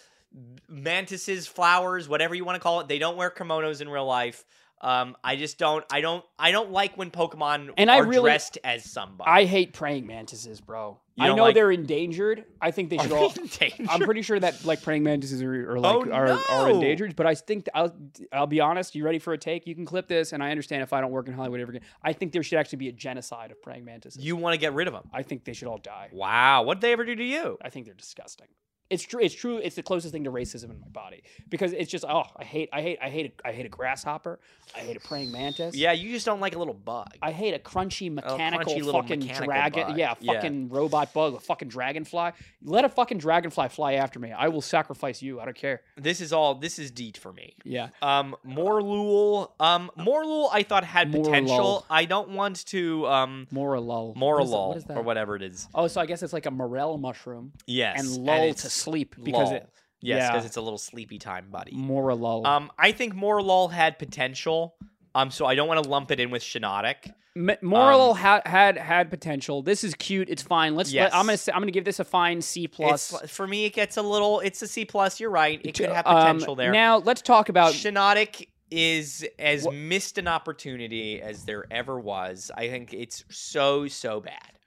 Speaker 3: Mantises, flowers, whatever you want to call it, they don't wear kimonos in real life. Um, I just don't. I don't. I don't like when Pokemon
Speaker 2: And
Speaker 3: are
Speaker 2: I really-
Speaker 3: dressed as somebody.
Speaker 2: I hate praying mantises, bro.
Speaker 3: You
Speaker 2: I
Speaker 3: don't
Speaker 2: know
Speaker 3: like-
Speaker 2: they're endangered. I think they
Speaker 3: [LAUGHS] Are
Speaker 2: should all.
Speaker 3: they endangered?
Speaker 2: I'm pretty sure that like praying mantises are, are like
Speaker 3: Oh,
Speaker 2: are, are
Speaker 3: no!
Speaker 2: endangered, but I think I'll I'll be honest. You ready for a take? You can clip this, and I understand if I don't work in Hollywood ever again. I think there should actually be a genocide of praying mantises.
Speaker 3: you want to get rid of them.
Speaker 2: I think they should all die.
Speaker 3: Wow, what'd they ever do to you?
Speaker 2: I think they're disgusting. It's true. It's true. It's the closest thing to racism in my body because it's just oh, I hate, I hate, I hate, a, I hate a grasshopper. I hate a praying mantis.
Speaker 3: Yeah, you just don't like a little bug.
Speaker 2: I hate a crunchy mechanical
Speaker 3: crunchy little
Speaker 2: fucking
Speaker 3: mechanical
Speaker 2: dragon.
Speaker 3: bug.
Speaker 2: Yeah,
Speaker 3: Yeah.
Speaker 2: fucking robot bug, a fucking dragonfly. Let a fucking dragonfly fly after me. I will sacrifice you. I don't care.
Speaker 3: This is all. This is deet for me.
Speaker 2: Yeah.
Speaker 3: Um, Morlul. Um, Morlul. I thought had potential.
Speaker 2: Morlul.
Speaker 3: I don't want to. Um,
Speaker 2: Mora lull. What is that-
Speaker 3: Morlul
Speaker 2: What is that?
Speaker 3: or whatever it is.
Speaker 2: Oh, so I guess it's like a morel mushroom
Speaker 3: Yes,
Speaker 2: and lull
Speaker 3: it's
Speaker 2: to sleep because
Speaker 3: lull.
Speaker 2: it
Speaker 3: yes,
Speaker 2: yeah.
Speaker 3: because it's a little sleepy time, buddy.
Speaker 2: mora lull.
Speaker 3: Um, I think Morlul had potential. Um, so I don't want to lump it in with Shinotic.
Speaker 2: M-
Speaker 3: Um,
Speaker 2: Moral ha- had had potential. This is cute. It's fine. Let's.
Speaker 3: Yes.
Speaker 2: Let, I'm gonna. Say, I'm gonna give this a fine C plus.
Speaker 3: It's, for me, it gets a little. It's a C plus. You're right. It could have
Speaker 2: Um,
Speaker 3: potential there.
Speaker 2: Now let's talk about
Speaker 3: Shinotic is as missed an opportunity as there ever was. I think it's so so bad.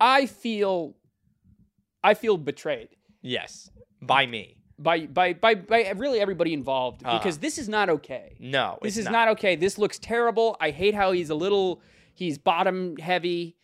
Speaker 2: I feel I feel betrayed
Speaker 3: Yes, by me.
Speaker 2: by by by, by really everybody involved
Speaker 3: Uh-huh.
Speaker 2: because this is not okay.
Speaker 3: No,
Speaker 2: This
Speaker 3: it's
Speaker 2: is not. okay. This looks terrible. I hate how he's a little he's bottom heavy.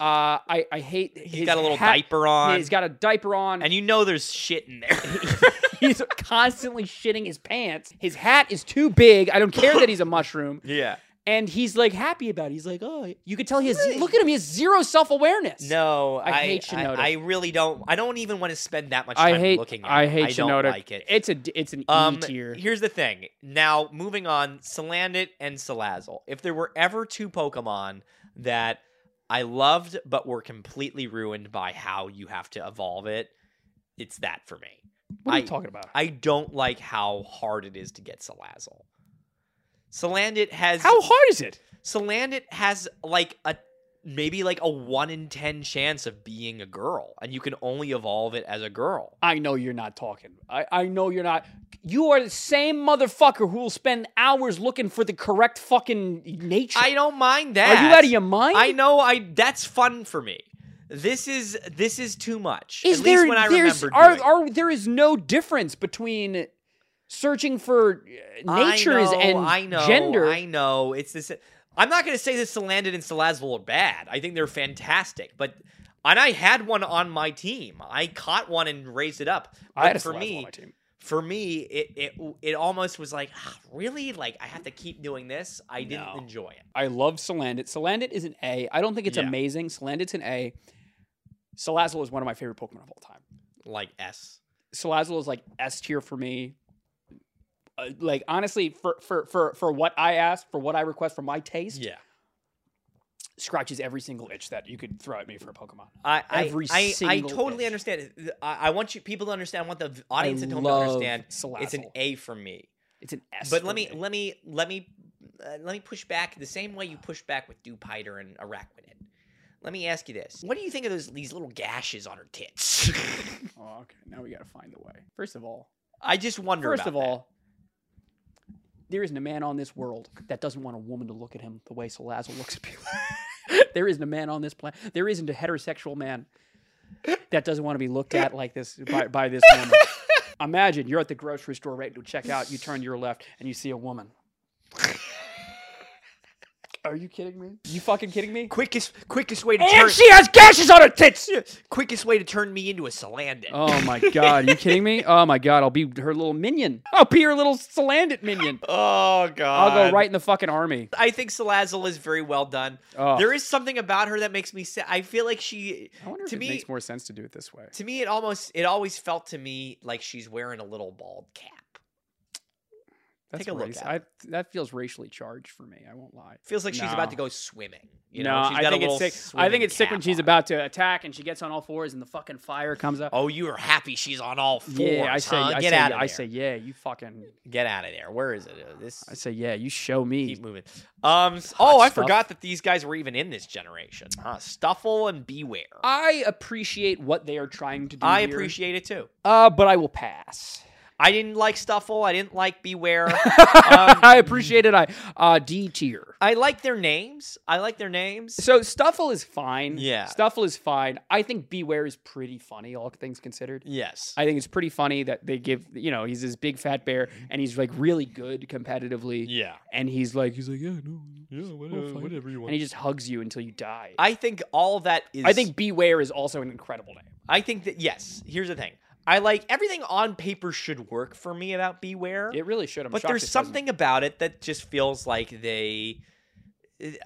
Speaker 2: Uh I I hate
Speaker 3: He's got a little diaper on,
Speaker 2: He's got a diaper on.
Speaker 3: and you know there's shit in there.
Speaker 2: [LAUGHS]
Speaker 3: [LAUGHS]
Speaker 2: he's constantly shitting his pants. His hat is too big. I don't care that he's a mushroom.
Speaker 3: yeah.
Speaker 2: And he's like happy about it. He's like, "Oh, you could tell he has look at him. He has zero self-awareness."
Speaker 3: No, I,
Speaker 2: I hate Shinoda.
Speaker 3: I, I really don't. I don't even want to spend that much time
Speaker 2: I hate
Speaker 3: looking at
Speaker 2: I
Speaker 3: it.
Speaker 2: hate
Speaker 3: I don't
Speaker 2: Shinoda.
Speaker 3: like it.
Speaker 2: It's a d- it's an E
Speaker 3: um,
Speaker 2: tier.
Speaker 3: here's the thing. Now, moving on, Salandit and Salazzle. If there were ever two Pokemon that I loved but were completely ruined by how you have to evolve it, it's that for me.
Speaker 2: What are you
Speaker 3: I-
Speaker 2: talking about?
Speaker 3: I don't like how hard it is to get Salazzle. Salandit has
Speaker 2: How hard is it?
Speaker 3: Salandit has like a maybe like a one in ten chance of being a girl, and you can only evolve it as a girl.
Speaker 2: I know you're not talking. I, I know you're not. You are the same motherfucker who will spend hours looking for the correct fucking nature.
Speaker 3: I don't mind that.
Speaker 2: are you out of your mind?
Speaker 3: I know. I that's fun for me. This is this is too much.
Speaker 2: Is
Speaker 3: At
Speaker 2: there
Speaker 3: least when I
Speaker 2: there's
Speaker 3: remember
Speaker 2: are,
Speaker 3: doing it.
Speaker 2: are there is no difference between searching for uh,
Speaker 3: I
Speaker 2: natures
Speaker 3: know,
Speaker 2: and
Speaker 3: I know,
Speaker 2: gender.
Speaker 3: I know. It's this. I'm not going to say that Salandon and Salazzle are bad. I think they're fantastic, but and I had one on my team. I caught one and raised it up.
Speaker 2: I had
Speaker 3: But
Speaker 2: a
Speaker 3: for
Speaker 2: Salazzle
Speaker 3: me,
Speaker 2: on my team.
Speaker 3: for me, it it it almost was like "Ah, really like I have to keep doing this. I didn't
Speaker 2: No.
Speaker 3: enjoy it.
Speaker 2: I love Salandit. Salandit is an A. I don't think it's
Speaker 3: Yeah.
Speaker 2: amazing. Salandit's an A. Salazzle is one of my favorite Pokemon of all time.
Speaker 3: Like S.
Speaker 2: Salazzle is like S tier for me. Uh, like honestly, for for for for what I ask, for what I request, for my taste, scratches every single itch that you could throw at me for a Pokemon.
Speaker 3: I I-
Speaker 2: Every
Speaker 3: I, I
Speaker 2: single
Speaker 3: totally
Speaker 2: itch.
Speaker 3: understand. it. I, I want you people to understand. I want the v- audience at home
Speaker 2: love
Speaker 3: to understand. It's an
Speaker 2: Salazzle.
Speaker 3: A from me.
Speaker 2: It's an S.
Speaker 3: But
Speaker 2: for
Speaker 3: let me,
Speaker 2: me.
Speaker 3: let me let me uh, let me push back the same way you push back with Dupiter and Araquanid. Let me ask you this: What do you think of those these little gashes on her tits? [LAUGHS]
Speaker 2: Oh, okay. Now we gotta find a way. First of all,
Speaker 3: I just wonder.
Speaker 2: first
Speaker 3: about
Speaker 2: of
Speaker 3: that.
Speaker 2: all, there isn't a man on this world that doesn't want a woman to look at him the way Salazzle looks at [LAUGHS] people. there isn't a man on this planet. There isn't a heterosexual man that doesn't want to be looked at like this by, by this woman. [LAUGHS] Imagine you're at the grocery store ready to check out. You turn to your left and you see a [LAUGHS] woman. Are you kidding me? You fucking kidding me?
Speaker 3: quickest quickest way to turn
Speaker 4: And she has gashes on her tits.
Speaker 3: quickest way to turn me into a Salandit.
Speaker 2: Oh my god, are you kidding me? Oh my god, I'll be her little minion. I'll be her little Salandit minion.
Speaker 3: Oh, god!
Speaker 2: I'll go right in the fucking army.
Speaker 3: I think Salazzle is very well done.
Speaker 2: Oh.
Speaker 3: There is something about her that makes me sad. I feel like she.
Speaker 2: I wonder if
Speaker 3: to
Speaker 2: it
Speaker 3: me,
Speaker 2: makes more sense to do it this way.
Speaker 3: to me, it almost it always felt to me like she's wearing a little bald cap.
Speaker 2: That's
Speaker 3: take a look
Speaker 2: race-
Speaker 3: at
Speaker 2: I, that feels racially charged for me. I won't lie.
Speaker 3: Feels like she's about
Speaker 2: No.
Speaker 3: to go swimming. You
Speaker 2: You know,
Speaker 3: know, she's
Speaker 2: I
Speaker 3: got
Speaker 2: think
Speaker 3: a
Speaker 2: it's
Speaker 3: little
Speaker 2: sick. I think
Speaker 3: swimming
Speaker 2: it's sick when
Speaker 3: cap
Speaker 2: she's
Speaker 3: on.
Speaker 2: about to attack and she gets on all fours and the fucking fire comes up.
Speaker 3: Oh, you are happy she's on all fours.
Speaker 2: yeah, I say,
Speaker 3: huh?
Speaker 2: I
Speaker 3: get
Speaker 2: say,
Speaker 3: out of
Speaker 2: I
Speaker 3: there.
Speaker 2: say, yeah, you fucking,
Speaker 3: get out of there. Where is it? Uh, This
Speaker 2: I say, yeah, you show me.
Speaker 3: keep moving. Um. s- oh, I
Speaker 2: stuff.
Speaker 3: forgot that these guys were even in this generation. Huh? Stuffle and Beware.
Speaker 2: I appreciate what they are trying to do.
Speaker 3: I
Speaker 2: here,
Speaker 3: appreciate it too.
Speaker 2: uh, but I
Speaker 3: [LAUGHS]
Speaker 2: will pass. Um,
Speaker 3: I didn't like Stuffle. I didn't like
Speaker 2: [LAUGHS]
Speaker 3: Beware. Um,
Speaker 2: I appreciate it. I uh, D tier.
Speaker 3: I like their names. I like their names.
Speaker 2: So Stuffle is fine.
Speaker 3: Yeah.
Speaker 2: Stuffle is fine. I think Beware is pretty funny, all things considered.
Speaker 3: Yes.
Speaker 2: I think it's pretty funny that they give, you know, he's this big fat bear and he's like really good competitively.
Speaker 3: Mm-hmm. yeah.
Speaker 2: And he's like, he's like, yeah, no, yeah,
Speaker 5: whatever- whatever you
Speaker 2: And he just hugs you until you die. I,
Speaker 3: I think all that is.
Speaker 2: think Beware is also an incredible name.
Speaker 3: I think that. Yes. Here's the thing. I like everything on paper should work for me about Beware,
Speaker 2: It really should. I'm
Speaker 3: but
Speaker 2: shocked
Speaker 3: there's
Speaker 2: it doesn't.
Speaker 3: something about it that just feels like they.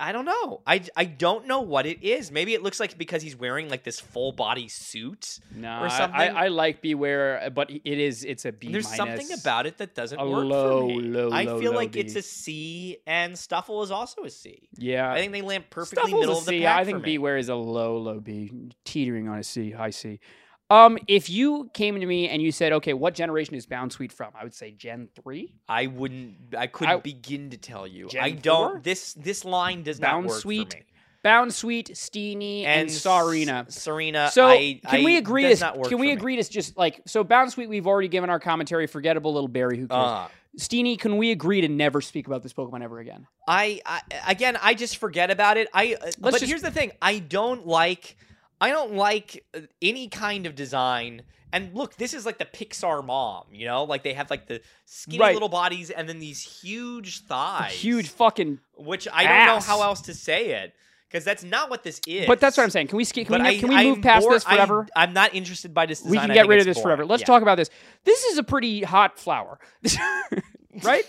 Speaker 3: I don't know. I, I don't know what it is. Maybe it looks like because he's wearing like this full body suit.
Speaker 2: No,
Speaker 3: or
Speaker 2: I-
Speaker 3: something.
Speaker 2: I, I like Beware, but it is it's a B.
Speaker 3: There's something
Speaker 2: minus.
Speaker 3: about it that doesn't
Speaker 2: a
Speaker 3: work
Speaker 2: low,
Speaker 3: for me.
Speaker 2: low,
Speaker 3: I
Speaker 2: low,
Speaker 3: feel
Speaker 2: low
Speaker 3: like it's
Speaker 2: B.
Speaker 3: a C, and Stuffle is also a C.
Speaker 2: yeah.
Speaker 3: I think they land perfectly
Speaker 2: Stuffle's
Speaker 3: middle
Speaker 2: a
Speaker 3: of the
Speaker 2: C.
Speaker 3: pack
Speaker 2: I
Speaker 3: for
Speaker 2: think
Speaker 3: me.
Speaker 2: Beware is a low, low B, teetering on a C, high C. Um, if you came to me and you said, "Okay, what generation is Bound Sweet from?" I would say Gen three.
Speaker 3: I wouldn't. I couldn't
Speaker 2: I-
Speaker 3: begin to tell you.
Speaker 2: Gen
Speaker 3: I don't.
Speaker 2: four?
Speaker 3: This this line does
Speaker 2: Bound
Speaker 3: not work
Speaker 2: Sweet
Speaker 3: for me.
Speaker 2: Bound Sweet, Steenie, and,
Speaker 3: S-
Speaker 2: Sarina.
Speaker 3: Sarina.
Speaker 2: So
Speaker 3: Uh, I,
Speaker 2: can we
Speaker 3: I-
Speaker 2: agree?
Speaker 3: Does
Speaker 2: to-
Speaker 3: not work
Speaker 2: can we
Speaker 3: for
Speaker 2: agree? It's just like so. Bound Sweet, we've already given our commentary. Forgettable little Barry, who
Speaker 3: Me.
Speaker 2: cares?
Speaker 3: Uh,
Speaker 2: Steenie, can we agree to never speak about this Pokemon ever again?
Speaker 3: I, I again. I just forget about it. I. Uh, but
Speaker 2: just-
Speaker 3: here's the thing. I don't like. I don't like uh, any kind of design. And look, this is like the Pixar mom. You know, like they have like the skinny
Speaker 2: Right.
Speaker 3: little bodies and then these huge thighs.
Speaker 2: Huge fucking.
Speaker 3: Which I don't know
Speaker 2: ass.
Speaker 3: how else to say it because that's not what this is.
Speaker 2: But that's what I'm saying. Can we skip? Can,
Speaker 3: But
Speaker 2: we,
Speaker 3: I-
Speaker 2: can we
Speaker 3: I'm
Speaker 2: move past
Speaker 3: bored-
Speaker 2: this forever?
Speaker 3: I, am not interested by this. Design.
Speaker 2: we can
Speaker 3: I
Speaker 2: get
Speaker 3: think
Speaker 2: rid of
Speaker 3: it's
Speaker 2: this forever.
Speaker 3: boring.
Speaker 2: Let's
Speaker 3: Yeah.
Speaker 2: talk about this. This is a pretty hot flower, [LAUGHS] right?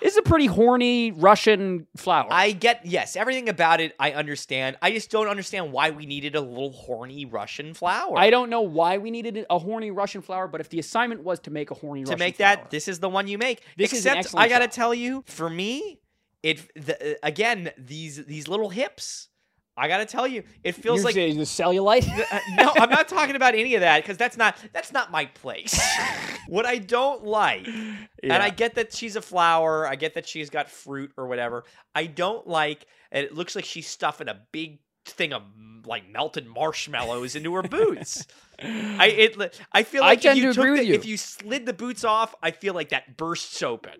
Speaker 2: It's a pretty horny Russian flower.
Speaker 3: I get yes, everything about it. I understand. I just don't understand why we needed a little horny Russian flower.
Speaker 2: I don't know why we needed a horny Russian flower, but if the assignment was to make a horny
Speaker 3: to
Speaker 2: Russian
Speaker 3: make
Speaker 2: flower,
Speaker 3: that. This is the one you make.
Speaker 2: This is an
Speaker 3: Except
Speaker 2: excellent
Speaker 3: I gotta
Speaker 2: job.
Speaker 3: tell you, for me, it the, uh, again these these little hips. I gotta tell you, it feels
Speaker 2: You're
Speaker 3: like.
Speaker 2: saying the cellulite.
Speaker 3: Uh, [LAUGHS] no,
Speaker 2: [LAUGHS]
Speaker 3: I'm not talking about any of that because that's not that's not my place. what I don't like, and I get that she's a flower, I get that she's got fruit or whatever. I don't like, and it looks like she's stuffing a big thing of mm, like melted marshmallows into
Speaker 2: [LAUGHS]
Speaker 3: her boots. I it li- I feel
Speaker 2: I
Speaker 3: like if
Speaker 2: tend
Speaker 3: you
Speaker 2: to
Speaker 3: took
Speaker 2: agree
Speaker 3: the,
Speaker 2: with you.
Speaker 3: if you slid the boots off, I feel like that bursts open,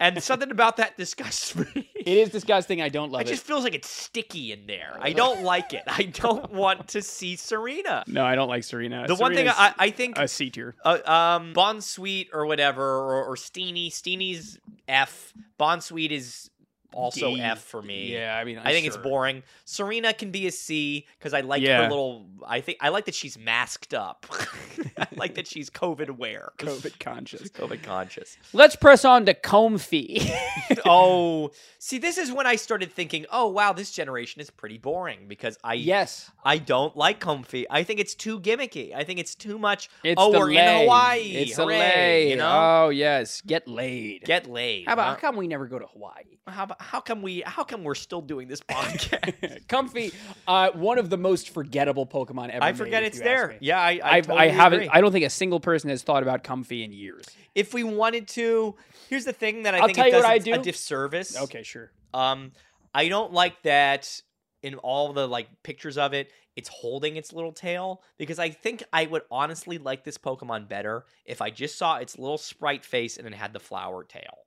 Speaker 3: and something about that disgusts [LAUGHS] me.
Speaker 2: it is this guy's thing. I don't love
Speaker 3: It just feels like it's sticky in there.
Speaker 2: [LAUGHS]
Speaker 3: I don't like it. I don't want to see Serena.
Speaker 2: it. No, I don't like Serena.
Speaker 3: The one thing I, I think,
Speaker 2: a C tier.
Speaker 3: uh, um, Bon Sweet or whatever, or, or Steenie, Steenie's F. Bon Sweet is also
Speaker 2: D.
Speaker 3: F for me.
Speaker 2: Yeah, I mean,
Speaker 3: I think it's
Speaker 2: sure.
Speaker 3: boring. Serena can be a C because I like her
Speaker 2: Yeah.
Speaker 3: little. I think I like that she's masked up. [LAUGHS] I like that she's COVID [LAUGHS] aware,
Speaker 2: COVID conscious.
Speaker 3: COVID conscious.
Speaker 6: Let's press on to Comfy.
Speaker 3: [LAUGHS] oh, see, this is when I started thinking, oh wow, this generation is pretty boring because I
Speaker 6: yes.
Speaker 3: I don't like comfy. I think it's too gimmicky. I think it's too much.
Speaker 6: It's
Speaker 3: oh,
Speaker 6: the
Speaker 3: we're in
Speaker 6: lay.
Speaker 3: Hawaii.
Speaker 6: It's
Speaker 3: Hooray,
Speaker 6: a lay.
Speaker 3: You know,
Speaker 6: Oh yes, get laid.
Speaker 3: get laid.
Speaker 6: how about
Speaker 3: huh?
Speaker 6: how come we never go to
Speaker 2: [LAUGHS]
Speaker 6: Hawaii?
Speaker 3: how, about- how come we how come we're still
Speaker 6: [LAUGHS]
Speaker 3: doing this podcast?
Speaker 6: Comfy, uh, one of the most forgettable Pokemon ever.
Speaker 3: I forget
Speaker 6: made, if
Speaker 3: it's
Speaker 6: you ask
Speaker 3: there.
Speaker 6: me.
Speaker 3: Yeah, I I,
Speaker 6: I've-
Speaker 3: totally
Speaker 6: I haven't.
Speaker 3: agree.
Speaker 6: I don't think a single person has thought about Comfy in years.
Speaker 3: if we wanted to, here's the thing that I
Speaker 6: I'll
Speaker 3: think
Speaker 6: tell
Speaker 3: it
Speaker 6: you
Speaker 3: does
Speaker 6: what I
Speaker 3: it a
Speaker 6: do.
Speaker 3: disservice.
Speaker 6: Okay, sure.
Speaker 3: Um, I don't like that in all the like pictures of it. It's holding its little tail because I think I would honestly like this Pokemon better if I just saw its little sprite face and it had the flower tail.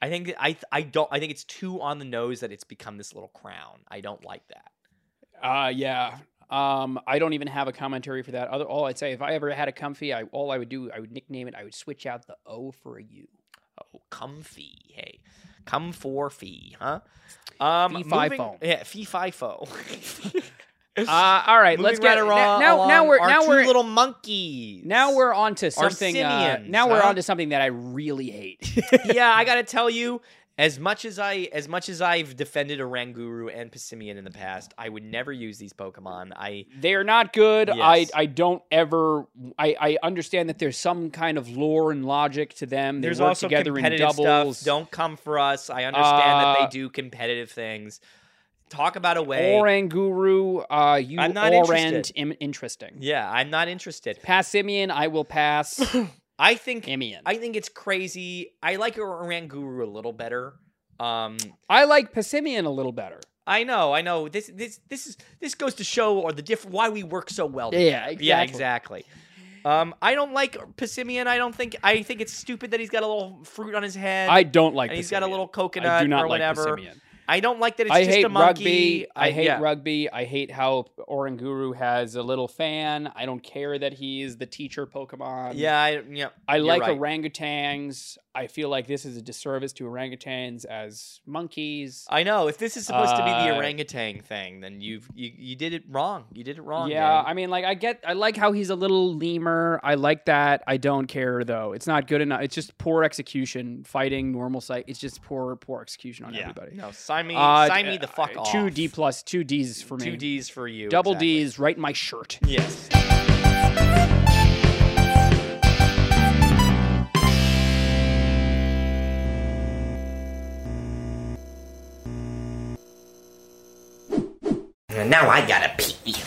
Speaker 3: I think I th- I don't I think it's too on the nose that it's become this little crown. I don't like that.
Speaker 2: Uh, yeah. Um, I don't even have a commentary for that. Other, all I'd say, if I ever had a comfy, I all I would do, I would nickname it. I would switch out the O for a U.
Speaker 3: Oh, comfy. Hey, come for fee, huh? Um,
Speaker 2: Fee, fi,
Speaker 3: moving-
Speaker 2: fo.
Speaker 3: Yeah, fee fi [LAUGHS] fo.
Speaker 2: Uh, all right,
Speaker 3: Moving
Speaker 2: let's get
Speaker 3: right
Speaker 2: na-
Speaker 3: along,
Speaker 2: now. now
Speaker 3: along
Speaker 2: we're
Speaker 3: our
Speaker 2: now
Speaker 3: two
Speaker 2: we're
Speaker 3: little monkeys.
Speaker 2: now
Speaker 3: [LAUGHS]
Speaker 2: we're on to something. Uh,
Speaker 3: simians,
Speaker 2: now we're
Speaker 3: huh?
Speaker 2: on to something that I
Speaker 3: [LAUGHS]
Speaker 2: really hate.
Speaker 3: yeah, I gotta tell you, as much as I as much as I've defended a Ranguru and Pissimian in the past, I would never use these Pokemon. I
Speaker 2: They're not good. I
Speaker 3: Yes.
Speaker 2: I don't ever. I I understand that there's some kind of lore and logic to them. They
Speaker 3: there's
Speaker 2: work
Speaker 3: also
Speaker 2: together in
Speaker 3: competitive
Speaker 2: doubles.
Speaker 3: stuff. Don't come for us. I understand that
Speaker 2: Uh,
Speaker 3: they do competitive things. Talk about a way.
Speaker 2: Oranguru, uh, you
Speaker 3: I'm not
Speaker 2: Orand,
Speaker 3: interested.
Speaker 2: Im- interesting.
Speaker 3: Yeah, I'm not interested.
Speaker 2: Pass Simeon, I
Speaker 3: [LAUGHS]
Speaker 2: will pass.
Speaker 3: I think
Speaker 2: Simeon.
Speaker 3: I think it's crazy. I like a Ranguru a little better. Um,
Speaker 2: I like Passimian a little better.
Speaker 3: I know, I know. This this this is this goes to show or the diff why we work so well. together.
Speaker 2: Yeah, exactly.
Speaker 3: Yeah, exactly. Um, I don't like Pissimian. I don't think. I think it's stupid that he's got a little fruit on his head.
Speaker 2: I don't like.
Speaker 3: and he's got a
Speaker 2: Passimian.
Speaker 3: little coconut
Speaker 2: I do not
Speaker 3: or
Speaker 2: like
Speaker 3: whatever.
Speaker 2: Passimian.
Speaker 3: I don't like that it's
Speaker 2: I
Speaker 3: just
Speaker 2: hate
Speaker 3: a monkey. Uh,
Speaker 2: rugby. I, hate
Speaker 3: yeah.
Speaker 2: rugby. I hate how Oranguru has a little fan. I don't care that he's the teacher Pokemon.
Speaker 3: Yeah, I, yeah.
Speaker 2: I
Speaker 3: you're
Speaker 2: like
Speaker 3: right.
Speaker 2: orangutans. I feel like this is a disservice to orangutans as monkeys.
Speaker 3: I know. If this is supposed to be the
Speaker 2: Uh,
Speaker 3: orangutan thing, then you've you, you did it wrong. You did it wrong.
Speaker 2: yeah,
Speaker 3: man.
Speaker 2: I mean, like I get, I like how he's a little lemur. I like that. I don't care though. It's not good enough. It's just poor execution. Fighting normal site. It's just poor, poor execution on
Speaker 3: yeah.
Speaker 2: everybody.
Speaker 3: No, sign me,
Speaker 2: Uh,
Speaker 3: sign me the fuck
Speaker 2: uh,
Speaker 3: off.
Speaker 2: Two D plus, two D's for me.
Speaker 3: Two D's for you.
Speaker 2: double
Speaker 3: exactly.
Speaker 2: D's. Right in my shirt.
Speaker 3: Yes.
Speaker 7: Now I gotta pee.